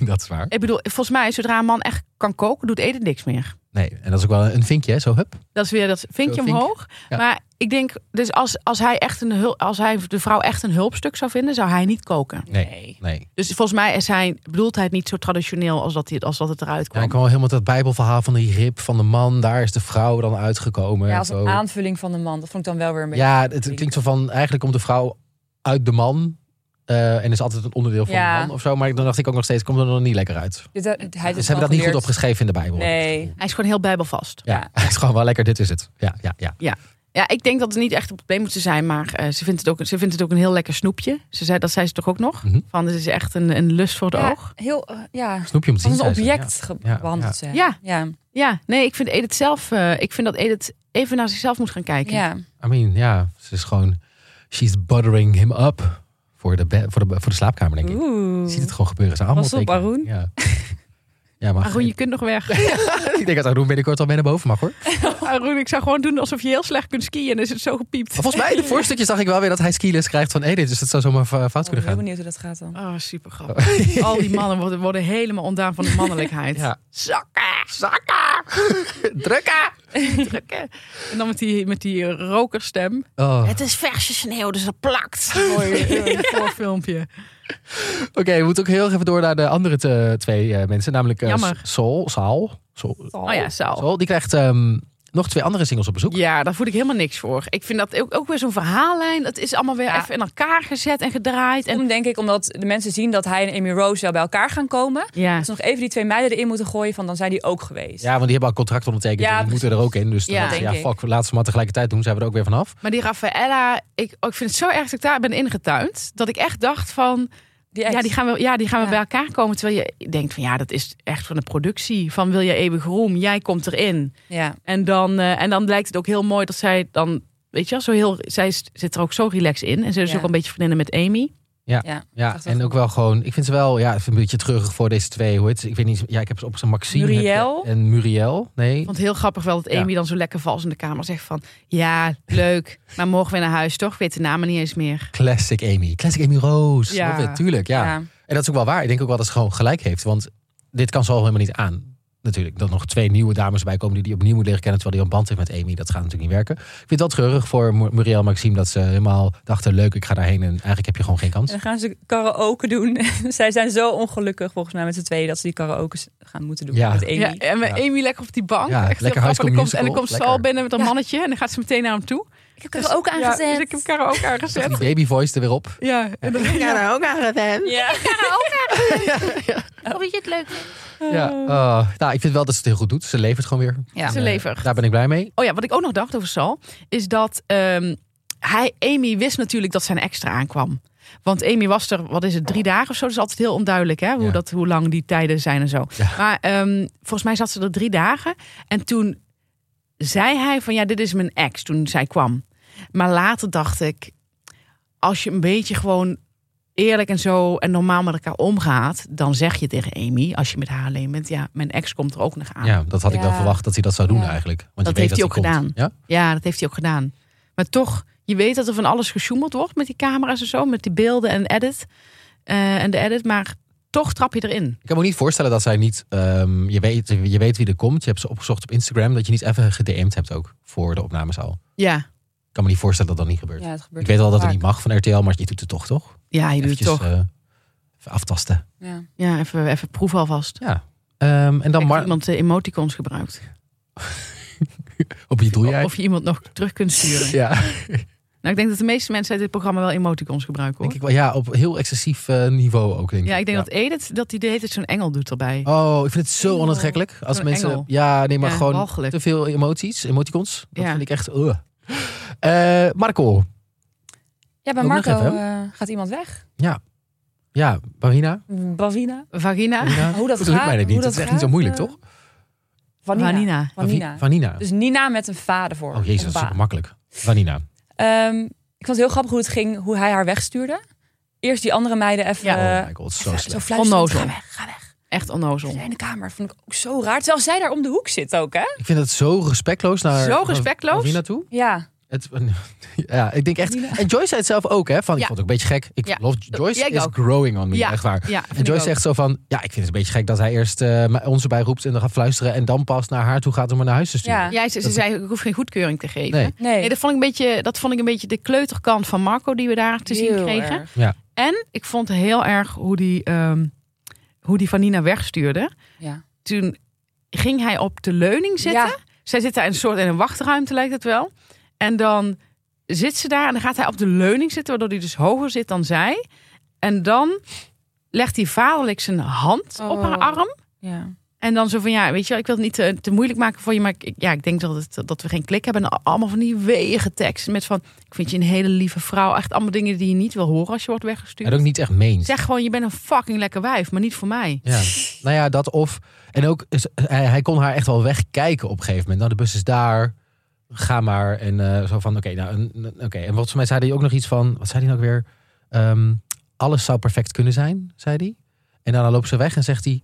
[SPEAKER 1] dat is waar.
[SPEAKER 2] Ik bedoel, volgens mij, zodra een man echt kan koken, doet eten niks meer.
[SPEAKER 1] Nee, en dat is ook wel een vinkje, hè? Zo, hup.
[SPEAKER 2] Dat is weer dat vinkje
[SPEAKER 1] Zo vink.
[SPEAKER 2] omhoog.
[SPEAKER 1] Ja.
[SPEAKER 2] Maar ik denk, dus als, als, hij echt een hul, als hij de vrouw echt een hulpstuk zou vinden, zou hij niet koken.
[SPEAKER 1] Nee.
[SPEAKER 3] Nee.
[SPEAKER 1] Nee.
[SPEAKER 2] Dus volgens mij is zijn bedoeldheid niet zo traditioneel als dat, hij, als dat het eruit
[SPEAKER 1] Ja,
[SPEAKER 2] kwam.
[SPEAKER 1] ik kwam wel helemaal dat bijbelverhaal van die rib van de man. Daar is de vrouw dan uitgekomen.
[SPEAKER 3] Ja,
[SPEAKER 1] en
[SPEAKER 3] als
[SPEAKER 1] zo.
[SPEAKER 3] een aanvulling van de man. Dat vond ik dan wel weer een beetje...
[SPEAKER 1] Ja, het klinkt zo van eigenlijk komt de vrouw uit de man. eh, en is altijd een onderdeel van
[SPEAKER 3] Ja.
[SPEAKER 1] de man of zo. Maar dan dacht ik ook nog steeds, komt er nog niet lekker uit.
[SPEAKER 3] Dit- hij heeft Dus het
[SPEAKER 1] Ze hebben
[SPEAKER 3] wel
[SPEAKER 1] dat niet goed
[SPEAKER 3] geleerd.
[SPEAKER 1] opgeschreven in de Bijbel.
[SPEAKER 3] Nee.
[SPEAKER 2] Hij is gewoon heel bijbelvast.
[SPEAKER 1] Ja, het is gewoon wel lekker, dit is het. Ja, ja, ja.
[SPEAKER 2] Ja, ik denk dat het niet echt een probleem moet zijn, maar eh, ze, vindt het ook, ze vindt het ook een heel lekker snoepje. Ze zei, dat zei ze toch ook nog?
[SPEAKER 1] Mhm.
[SPEAKER 2] Van, dit is echt een, een lust voor het
[SPEAKER 3] Ja,
[SPEAKER 2] oog.
[SPEAKER 3] heel, eh, ja.
[SPEAKER 1] Snoepje om te zien.
[SPEAKER 3] Als een
[SPEAKER 1] zei ze.
[SPEAKER 3] object ge-
[SPEAKER 1] Ja,
[SPEAKER 3] behandeld ze.
[SPEAKER 2] Ja.
[SPEAKER 3] Ja.
[SPEAKER 2] Ja, nee, ik vind Edith zelf, eh, ik vind dat Edith even naar zichzelf moet gaan kijken.
[SPEAKER 3] ja.
[SPEAKER 1] Ja. I mean, ja, ze is gewoon, she's buttering him up voor de, be- voor de, voor de slaapkamer, denk ik. Je
[SPEAKER 3] Oeh.
[SPEAKER 1] ziet het gewoon gebeuren. Zijn allemaal
[SPEAKER 3] Pas Mm. op,
[SPEAKER 1] tekenen.
[SPEAKER 3] Arun.
[SPEAKER 1] Ja. Ja, maar
[SPEAKER 2] Arun, je kunt nog weg.
[SPEAKER 1] ik denk dat Arun binnenkort al mee naar boven mag, hoor.
[SPEAKER 2] Ah, Roen, ik zou gewoon doen alsof je heel slecht kunt skiën en is het zo gepiept.
[SPEAKER 1] Maar volgens mij, in de voorstukjes zag ik wel weer dat hij skiles krijgt van Edith. Dus dat zou zomaar eh, fout
[SPEAKER 3] Ik ben
[SPEAKER 1] kunnen
[SPEAKER 3] heel
[SPEAKER 1] gaan.
[SPEAKER 3] benieuwd hoe dat gaat dan.
[SPEAKER 2] Oh, super grappig. Al die mannen worden, worden helemaal ontdaan van de mannelijkheid.
[SPEAKER 1] Ja.
[SPEAKER 2] Zakken,
[SPEAKER 1] Zakken! Drukken!
[SPEAKER 2] drukken. En dan met die, met die rokerstem.
[SPEAKER 1] Oh.
[SPEAKER 2] Het is verse sneeuw, dus dat plakt.
[SPEAKER 3] Mooi.
[SPEAKER 2] Voor filmpje.
[SPEAKER 1] Oké, we moeten ook heel even door naar de andere te- twee eh, mensen. Namelijk eh,
[SPEAKER 2] Jammer.
[SPEAKER 1] Sol, Saal. Sol,
[SPEAKER 2] Oh ja, Saal.
[SPEAKER 1] Sol, die krijgt ehm, nog twee andere singles op bezoek.
[SPEAKER 2] Ja, daar voel ik helemaal niks voor. Ik vind dat ook, ook weer zo'n verhaallijn. Het is allemaal weer
[SPEAKER 3] Ja.
[SPEAKER 2] even in elkaar gezet en gedraaid. En,
[SPEAKER 3] Om, denk ik omdat de mensen zien dat hij en Amy Rose wel bij elkaar gaan komen.
[SPEAKER 2] ja.
[SPEAKER 3] Dat ze nog even die twee meiden erin moeten gooien van dan zijn die ook geweest.
[SPEAKER 1] Ja, want die hebben al contract ondertekend
[SPEAKER 3] Ja,
[SPEAKER 1] en die
[SPEAKER 3] precies.
[SPEAKER 1] moeten er ook in. Dus dan
[SPEAKER 2] Ja,
[SPEAKER 1] dachten ze, ja,
[SPEAKER 3] denk ik.
[SPEAKER 1] fuck, laten ze maar tegelijkertijd doen. Zijn we er ook weer vanaf.
[SPEAKER 2] Maar die Raffaella, ik, oh, ik vind het zo erg dat ik daar ben ingetuind. Dat ik echt dacht van,
[SPEAKER 3] Die ex.
[SPEAKER 2] Ja, die gaan we, ja, die gaan we
[SPEAKER 3] Ja.
[SPEAKER 2] bij elkaar komen. Terwijl je denkt van ja, dat is echt van de productie. Van wil je eeuwig roem, jij komt erin.
[SPEAKER 3] Ja.
[SPEAKER 2] En dan, eh, en dan lijkt het ook heel mooi dat zij dan, weet je wel, zo heel, zij is- zit er ook zo relaxed in. En ze is
[SPEAKER 3] Ja.
[SPEAKER 2] ook een beetje vriendinnen met Amy.
[SPEAKER 3] Ja.
[SPEAKER 1] Ja,
[SPEAKER 3] Echt wel
[SPEAKER 1] en ook
[SPEAKER 3] goed.
[SPEAKER 1] wel gewoon, ik vind ze wel, ja, even een beetje terug voor deze twee. Hoe heet ze? Ik weet niet, ja, ik heb ze op zijn Maxine. heb je-
[SPEAKER 3] Muriel?
[SPEAKER 1] En Muriel, nee.
[SPEAKER 2] Ik vond het heel grappig wel dat
[SPEAKER 1] Ja.
[SPEAKER 2] Amy dan zo lekker vals in de kamer zegt van ja, leuk, maar mogen we naar huis toch? Ik weet de namen niet eens meer.
[SPEAKER 1] Classic Amy. Classic Amy Rose.
[SPEAKER 2] Ja.
[SPEAKER 1] Ja. Tuurlijk, ja.
[SPEAKER 3] Ja.
[SPEAKER 1] En dat is ook wel waar. Ik denk ook wel dat ze gewoon gelijk heeft. Want dit kan ze al helemaal niet aan. Natuurlijk, dat nog twee nieuwe dames bij komen die die opnieuw moet leren kennen. Terwijl die een band heeft met Amy. Dat gaat natuurlijk niet werken. Ik vind het wel treurig voor Mu- Muriel en Maxime dat ze helemaal dachten: leuk, ik ga daarheen. En eigenlijk heb je gewoon geen
[SPEAKER 3] En
[SPEAKER 1] kans.
[SPEAKER 3] dan gaan ze karaoke doen. Zij zijn zo ongelukkig volgens mij met z'n tweeën dat ze die karaoke gaan moeten doen
[SPEAKER 1] Ja.
[SPEAKER 3] met Amy.
[SPEAKER 2] Ja,
[SPEAKER 3] Ja.
[SPEAKER 2] en met
[SPEAKER 1] Ja.
[SPEAKER 2] Amy lekker op die bank.
[SPEAKER 1] Ja,
[SPEAKER 2] echt heel
[SPEAKER 1] lekker
[SPEAKER 2] grappig.
[SPEAKER 1] High School
[SPEAKER 2] En dan komt- En dan
[SPEAKER 1] Musical.
[SPEAKER 2] komt Sal
[SPEAKER 1] Lekker.
[SPEAKER 2] binnen met een
[SPEAKER 3] Ja.
[SPEAKER 2] mannetje en dan gaat ze meteen naar hem toe.
[SPEAKER 3] Ik heb karaoke
[SPEAKER 2] Dus- Ja, dus ik heb karaoke aangezet.
[SPEAKER 1] Die baby voice er weer op.
[SPEAKER 2] Ja, en dan
[SPEAKER 3] Ja.
[SPEAKER 2] Of je het leuk vindt.
[SPEAKER 1] Ja, oh. nou, ik vind wel dat ze het heel goed doet. Ze levert gewoon weer.
[SPEAKER 3] Ja.
[SPEAKER 2] Ze
[SPEAKER 1] Eh,
[SPEAKER 2] levert.
[SPEAKER 1] Daar ben ik blij mee.
[SPEAKER 2] Oh ja, wat ik ook nog dacht over Sal, is dat ehm, hij, Amy wist natuurlijk dat zijn extra aankwam. Want Amy was er, wat is het, drie dagen of zo? Dat is altijd heel onduidelijk, hè? Hoe,
[SPEAKER 1] Ja.
[SPEAKER 2] dat, hoe lang die tijden zijn en zo.
[SPEAKER 1] Ja.
[SPEAKER 2] Maar ehm, volgens mij zat ze er drie dagen. En toen zei hij van, ja, dit is mijn ex, toen zij kwam. Maar later dacht ik, als je een beetje gewoon eerlijk en zo en normaal met elkaar omgaat... dan zeg je tegen Amy, als je met haar alleen bent... ja, mijn ex komt er ook nog aan.
[SPEAKER 1] Ja, dat had ik wel
[SPEAKER 3] Ja.
[SPEAKER 1] verwacht dat hij dat zou doen
[SPEAKER 3] Ja.
[SPEAKER 1] eigenlijk. Want
[SPEAKER 2] Dat
[SPEAKER 1] je weet
[SPEAKER 2] heeft
[SPEAKER 1] dat
[SPEAKER 2] hij ook
[SPEAKER 1] komt. Ja?
[SPEAKER 2] Ja, dat heeft hij ook gedaan. Maar toch, je weet dat er van alles gesjoemeld wordt met die camera's en zo, met die beelden en edit. eh, en de edit, maar toch trap je erin.
[SPEAKER 1] Ik kan me niet voorstellen dat zij niet... ehm, je, weet, je weet wie er komt, je hebt ze opgezocht op Instagram... dat je niet even gedm'd hebt ook voor de opnamezaal.
[SPEAKER 2] Ja,
[SPEAKER 1] Ik kan me niet voorstellen dat dat niet gebeurt.
[SPEAKER 3] Ja, het gebeurt
[SPEAKER 1] ik weet wel dat het
[SPEAKER 3] vaak.
[SPEAKER 1] niet mag van RTL, maar je doet het toch, toch?
[SPEAKER 2] ja je doet het
[SPEAKER 1] Eventjes, eh,
[SPEAKER 2] toch.
[SPEAKER 1] even aftasten.
[SPEAKER 3] Ja.
[SPEAKER 2] Ja, even, even proef alvast.
[SPEAKER 1] Ehm, en dan
[SPEAKER 2] Kijk, of
[SPEAKER 1] Mar
[SPEAKER 2] iemand de emoticons gebruikt.
[SPEAKER 1] op je doel jij.
[SPEAKER 2] Of je iemand nog terug kunt sturen.
[SPEAKER 1] Ja,
[SPEAKER 2] Nou, ik denk dat de meeste mensen uit dit programma wel emoticons gebruiken,
[SPEAKER 1] denk
[SPEAKER 2] hoor.
[SPEAKER 1] ik wel. Ja, op heel excessief eh, niveau ook, denk ik.
[SPEAKER 2] Ja, ik denk dat Edith, dat die de hele tijd zo'n engel doet erbij.
[SPEAKER 1] Oh, ik vind het zo onontrekkelijk. Als
[SPEAKER 2] Zo'n
[SPEAKER 1] mensen...
[SPEAKER 2] engel.
[SPEAKER 1] Ja, nee, maar
[SPEAKER 2] Ja,
[SPEAKER 1] gewoon
[SPEAKER 2] walgelijk.
[SPEAKER 1] te veel emoties, emoticons. Dat
[SPEAKER 2] Ja.
[SPEAKER 1] vind ik echt... ugh. Eh, Marco.
[SPEAKER 3] Ja, bij
[SPEAKER 1] Ook nog
[SPEAKER 3] Marco
[SPEAKER 1] even,
[SPEAKER 3] eh, gaat iemand weg.
[SPEAKER 1] Ja, Barina.
[SPEAKER 3] Bavina.
[SPEAKER 1] Oh.
[SPEAKER 2] Vagina.
[SPEAKER 1] Barina?
[SPEAKER 3] Hoe dat
[SPEAKER 1] Zo lukt
[SPEAKER 3] gaat,
[SPEAKER 1] mij dit niet.
[SPEAKER 3] hoe
[SPEAKER 1] Dat
[SPEAKER 3] dat
[SPEAKER 1] is echt niet
[SPEAKER 3] gaat,
[SPEAKER 1] zo moeilijk,
[SPEAKER 3] eh,
[SPEAKER 1] toch?
[SPEAKER 3] Vanina.
[SPEAKER 2] Vanina.
[SPEAKER 3] Vanina.
[SPEAKER 1] Vanina.
[SPEAKER 3] Dus Nina met een vader voor.
[SPEAKER 1] Oh jezus, dat
[SPEAKER 3] Een
[SPEAKER 1] is
[SPEAKER 3] ba.
[SPEAKER 1] super makkelijk. Vanina.
[SPEAKER 3] Ehm, ik vond het heel grappig hoe het ging, hoe hij haar wegstuurde. Eerst die andere meiden even...
[SPEAKER 2] Ja.
[SPEAKER 3] eh,
[SPEAKER 1] oh my god, zo
[SPEAKER 3] zo
[SPEAKER 1] slecht.
[SPEAKER 3] fluisterend.
[SPEAKER 2] Onnozel.
[SPEAKER 3] Ga weg, ga weg.
[SPEAKER 2] Echt
[SPEAKER 3] Ze
[SPEAKER 2] onnozel.
[SPEAKER 3] zijn in de kamer. Vond ik ook zo raar. Terwijl zij daar om de hoek zit ook, hè?
[SPEAKER 1] Ik vind het zo respectloos naar
[SPEAKER 2] Zo respectloos?
[SPEAKER 1] Barina toe.
[SPEAKER 3] Ja.
[SPEAKER 1] Het, ja, ik denk echt... En Joyce zei het zelf ook, hè? Van, Ik
[SPEAKER 2] Ja.
[SPEAKER 1] vond het ook een beetje gek. Ik
[SPEAKER 2] Ja.
[SPEAKER 1] love Joyce
[SPEAKER 2] Ja, ik
[SPEAKER 1] is
[SPEAKER 2] ook.
[SPEAKER 1] growing on me,
[SPEAKER 2] Ja.
[SPEAKER 1] echt waar.
[SPEAKER 2] Ja,
[SPEAKER 1] En
[SPEAKER 2] vind ik
[SPEAKER 1] Joyce
[SPEAKER 2] ook.
[SPEAKER 1] zegt zo van, ja, ik vind het een beetje gek dat hij eerst eh, ons erbij roept en dan gaat fluisteren en dan pas naar haar toe gaat om haar naar huis te sturen.
[SPEAKER 3] Ja.
[SPEAKER 2] Ja, ze, ze zei, ik hoef geen goedkeuring te geven.
[SPEAKER 1] Nee.
[SPEAKER 3] Nee.
[SPEAKER 2] Nee, dat vond, ik een beetje, dat vond ik een beetje de kleuterkant van Marco die we daar te zien
[SPEAKER 3] Heel
[SPEAKER 2] kregen.
[SPEAKER 3] erg.
[SPEAKER 2] En ik vond heel erg hoe die, ehm, hoe die van Nina wegstuurde.
[SPEAKER 3] Ja.
[SPEAKER 2] Toen ging hij op de leuning zitten.
[SPEAKER 3] Ja.
[SPEAKER 2] Zij zit daar in een soort in een wachtruimte, lijkt het wel. En dan zit ze daar en dan gaat hij op de leuning zitten, waardoor hij dus hoger zit dan zij. En dan legt hij vaderlijk zijn hand op haar
[SPEAKER 3] Oh.
[SPEAKER 2] arm.
[SPEAKER 3] Ja.
[SPEAKER 2] En dan zo van, ja, weet je wel, ik wil het niet te, te moeilijk maken voor je, maar ik, ja, ik denk dat, het, dat we geen klik hebben. En allemaal van die wegen teksten met van, ik vind je een hele lieve vrouw. Echt allemaal dingen die je niet wil horen als je wordt weggestuurd.
[SPEAKER 1] En ook niet echt meent.
[SPEAKER 2] Zeg gewoon, je bent een fucking lekker wijf, maar niet voor mij.
[SPEAKER 1] Ja. Nou ja, dat of... En ook, is- hij, hij kon haar echt wel wegkijken op een gegeven moment. Nou, de bus is daar, ga maar. En eh, zo van, oké, nou, en- en- oké. En volgens mij zei hij ook nog iets van, wat zei hij nou ook weer? Ehm, alles zou perfect kunnen zijn, zei hij. En dan loopt ze weg en zegt hij,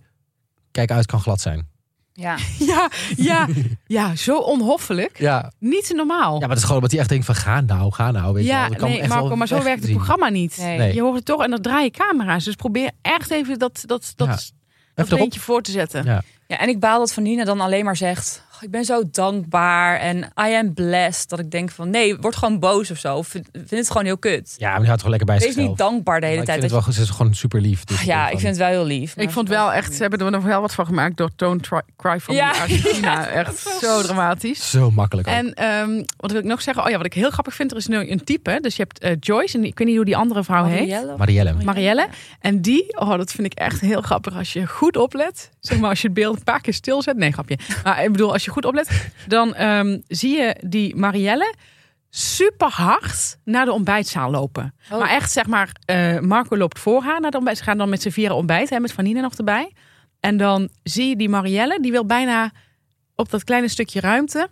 [SPEAKER 1] kijk uit, kan glad zijn.
[SPEAKER 3] Ja.
[SPEAKER 2] Ja, ja, ja, zo onhoffelijk.
[SPEAKER 1] Ja,
[SPEAKER 2] Niet normaal.
[SPEAKER 1] ja maar dat is gewoon dat hij echt denkt van, ga nou, ga nou. Weet je wel.
[SPEAKER 2] Ja,
[SPEAKER 1] Dat kan
[SPEAKER 2] nee,
[SPEAKER 1] echt wel
[SPEAKER 2] Marco, maar zo
[SPEAKER 1] echt
[SPEAKER 2] werkt het
[SPEAKER 1] zien.
[SPEAKER 2] programma niet.
[SPEAKER 3] Nee.
[SPEAKER 1] Nee.
[SPEAKER 2] Je hoort het toch en dan draaien camera's. Dus probeer echt even dat, dat, dat,
[SPEAKER 1] Ja.
[SPEAKER 2] dat
[SPEAKER 1] Even erop.
[SPEAKER 2] beentje voor te zetten.
[SPEAKER 1] Ja.
[SPEAKER 3] Ja, en ik baal dat van Nina dan alleen maar zegt... "Oh, ik ben zo dankbaar en I am blessed. Dat ik denk van, nee, word gewoon boos of zo. Of Vind, vind het gewoon heel kut.
[SPEAKER 1] Ja, maar die houdt toch lekker bij
[SPEAKER 3] Wees
[SPEAKER 1] zichzelf.
[SPEAKER 3] niet dankbaar de hele
[SPEAKER 1] Maar ik vind
[SPEAKER 3] tijd. dat
[SPEAKER 1] het wel, ze is gewoon super lief. Dus
[SPEAKER 3] je- ja, ik
[SPEAKER 1] denk
[SPEAKER 3] vind het wel heel lief. maar-
[SPEAKER 2] Ik vond wel echt, ze hebben er nog wel wat van gemaakt door Don't Try- Cry For
[SPEAKER 3] Ja.
[SPEAKER 2] Me uit China. echt zo dramatisch.
[SPEAKER 1] van, zo makkelijk ook.
[SPEAKER 2] En ehm, wat wil ik nog zeggen? Oh ja, wat ik heel grappig vind, er is nu een type. Dus je hebt eh, Joyce, en ik weet niet hoe die andere
[SPEAKER 3] Oh,
[SPEAKER 2] vrouw oh, heet.
[SPEAKER 3] Marielle?
[SPEAKER 1] Marielle.
[SPEAKER 2] Marielle. En die, oh, dat vind ik echt heel grappig als je goed oplet. Zeg maar als je het beeld een paar keer stilzet. Nee, grapje. Maar ik bedoel, als je goed oplet, dan ehm, zie je die Marielle super hard naar de ontbijtzaal lopen.
[SPEAKER 3] Oh.
[SPEAKER 2] Maar echt, zeg maar, eh, Marco loopt voor haar naar de ontbijt. Ze gaan dan met z'n vieren ontbijten, hè, met Vanine nog erbij. En dan zie je die Marielle, die wil bijna op dat kleine stukje ruimte...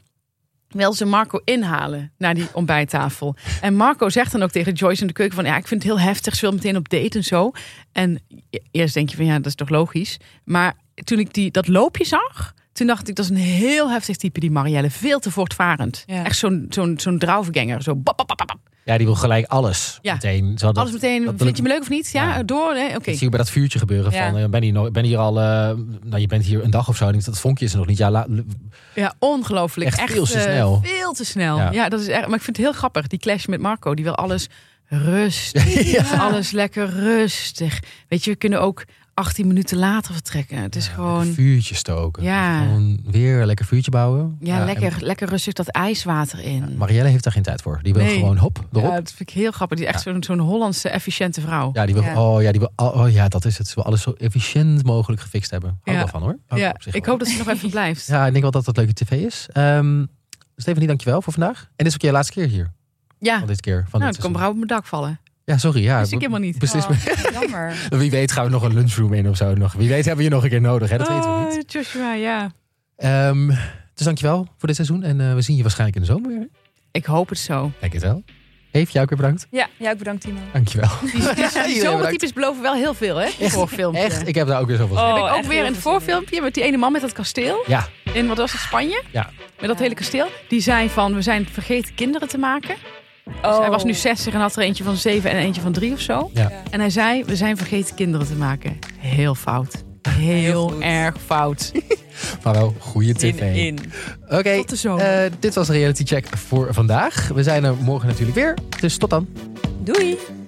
[SPEAKER 2] wil ze Marco inhalen naar die ontbijttafel. En Marco zegt dan ook tegen Joyce in de keuken van... ja, ik vind het heel heftig, ze wil meteen op date en zo. En e- eerst denk je van, ja, dat is toch logisch. Maar toen ik die, dat loopje zag... Toen dacht ik, dat is een heel heftig type, die Marielle. Veel te voortvarend.
[SPEAKER 3] Ja.
[SPEAKER 2] Echt zo'n zo'n zo'n draufganger. Zo bap, bap, bap, bap, bap.
[SPEAKER 1] Ja, die wil gelijk alles
[SPEAKER 2] Ja.
[SPEAKER 1] meteen. Ze had dat-
[SPEAKER 2] Alles meteen,
[SPEAKER 1] dat-
[SPEAKER 2] vind je me leuk of niet? Ja,
[SPEAKER 1] Ja.
[SPEAKER 2] door. Nee, Oké.
[SPEAKER 1] Dat zie je bij dat vuurtje gebeuren
[SPEAKER 3] Ja.
[SPEAKER 1] van, eh, ben, hier no- ben hier al, eh, nou je bent hier een dag of zo, en ik- dat vonkje is er nog niet. Ja, la- l-
[SPEAKER 2] Ja, ongelooflijk.
[SPEAKER 1] Echt
[SPEAKER 2] Echt,
[SPEAKER 1] veel te
[SPEAKER 2] eh,
[SPEAKER 1] snel.
[SPEAKER 2] Veel te snel.
[SPEAKER 1] Ja.
[SPEAKER 2] Ja. dat is echt. Maar ik vind het heel grappig. Die clash met Marco. Die wil alles rustig. Alles lekker rustig. Weet je, we kunnen ook 18 minuten later vertrekken. Het is
[SPEAKER 1] Ja,
[SPEAKER 2] gewoon...
[SPEAKER 1] lekker vuurtje stoken.
[SPEAKER 2] Ja.
[SPEAKER 1] Gewoon weer een lekker vuurtje bouwen.
[SPEAKER 2] Ja,
[SPEAKER 1] en
[SPEAKER 2] lekker, lekker rustig dat ijswater in.
[SPEAKER 1] Marielle heeft daar geen tijd voor. Die wil
[SPEAKER 2] Nee.
[SPEAKER 1] gewoon hop erop.
[SPEAKER 2] Ja, dat vind ik heel grappig. Die is echt zo'n zo'n Hollandse efficiënte vrouw.
[SPEAKER 1] Ja, die wil,
[SPEAKER 3] Ja.
[SPEAKER 1] Oh, ja, die wil, al- oh ja, dat is het. Ze wil alles zo efficiënt mogelijk gefixt hebben. Hou
[SPEAKER 2] Ja.
[SPEAKER 1] daarvan hoor. Hou
[SPEAKER 2] Ja,
[SPEAKER 1] Oh, op zich
[SPEAKER 2] ik
[SPEAKER 1] wel.
[SPEAKER 2] hoop dat ze nog even blijft. Ja,
[SPEAKER 1] Ja, ik denk wel dat dat leuke tv is. Ehm Stefanie, dankjewel voor vandaag. En dit is ook je laatste keer hier. Van Oh, dit keer. Van dit
[SPEAKER 2] Ah. nou, het kan
[SPEAKER 1] seizoen.
[SPEAKER 2] brouw op mijn dak vallen.
[SPEAKER 1] Ja, sorry. Ja,
[SPEAKER 2] Wist ik helemaal niet.
[SPEAKER 1] Beslist
[SPEAKER 3] Oh, jammer.
[SPEAKER 1] me- Wie weet gaan we nog een lunchroom in of zo. Nog. Wie weet hebben we je nog een keer nodig. Hè? Dat weten we niet.
[SPEAKER 2] Oh, Joshua, ja.
[SPEAKER 1] Ehm, dus dankjewel voor dit seizoen. En eh, we zien je waarschijnlijk in de zomer weer.
[SPEAKER 2] Ik hoop het zo.
[SPEAKER 1] Denk het wel. Eve, jou ook weer bedankt.
[SPEAKER 3] Ja, jij ook bedankt Timo.
[SPEAKER 1] Dankjewel.
[SPEAKER 2] Die zomertypes beloven wel heel veel, hè? Echt, voorfilmpje.
[SPEAKER 1] Echt, ik heb daar ook weer zoveel zin in.
[SPEAKER 2] Heb ik
[SPEAKER 3] echt
[SPEAKER 2] Oh, ook weer
[SPEAKER 3] heel
[SPEAKER 2] een
[SPEAKER 3] veel zin in.
[SPEAKER 2] voorfilmpje met die ene man met dat kasteel.
[SPEAKER 1] Ja,
[SPEAKER 2] In, wat was het, Spanje?
[SPEAKER 1] Ja.
[SPEAKER 2] Met dat hele kasteel. Die zei van, we zijn vergeten kinderen te maken. Dus
[SPEAKER 3] Oh.
[SPEAKER 2] hij was nu 60 en had er eentje van 7 en eentje van 3 of zo.
[SPEAKER 1] Ja.
[SPEAKER 3] Ja.
[SPEAKER 2] En hij zei, we zijn vergeten kinderen te maken. Heel fout. Heel,
[SPEAKER 3] goed.
[SPEAKER 2] erg fout.
[SPEAKER 1] maar wel goede
[SPEAKER 3] Zin
[SPEAKER 1] tv.
[SPEAKER 3] in.
[SPEAKER 1] Oké,
[SPEAKER 2] Tot de zomer.
[SPEAKER 1] eh, dit was Reality Check voor vandaag. We zijn er morgen natuurlijk weer. Dus tot dan.
[SPEAKER 3] Doei.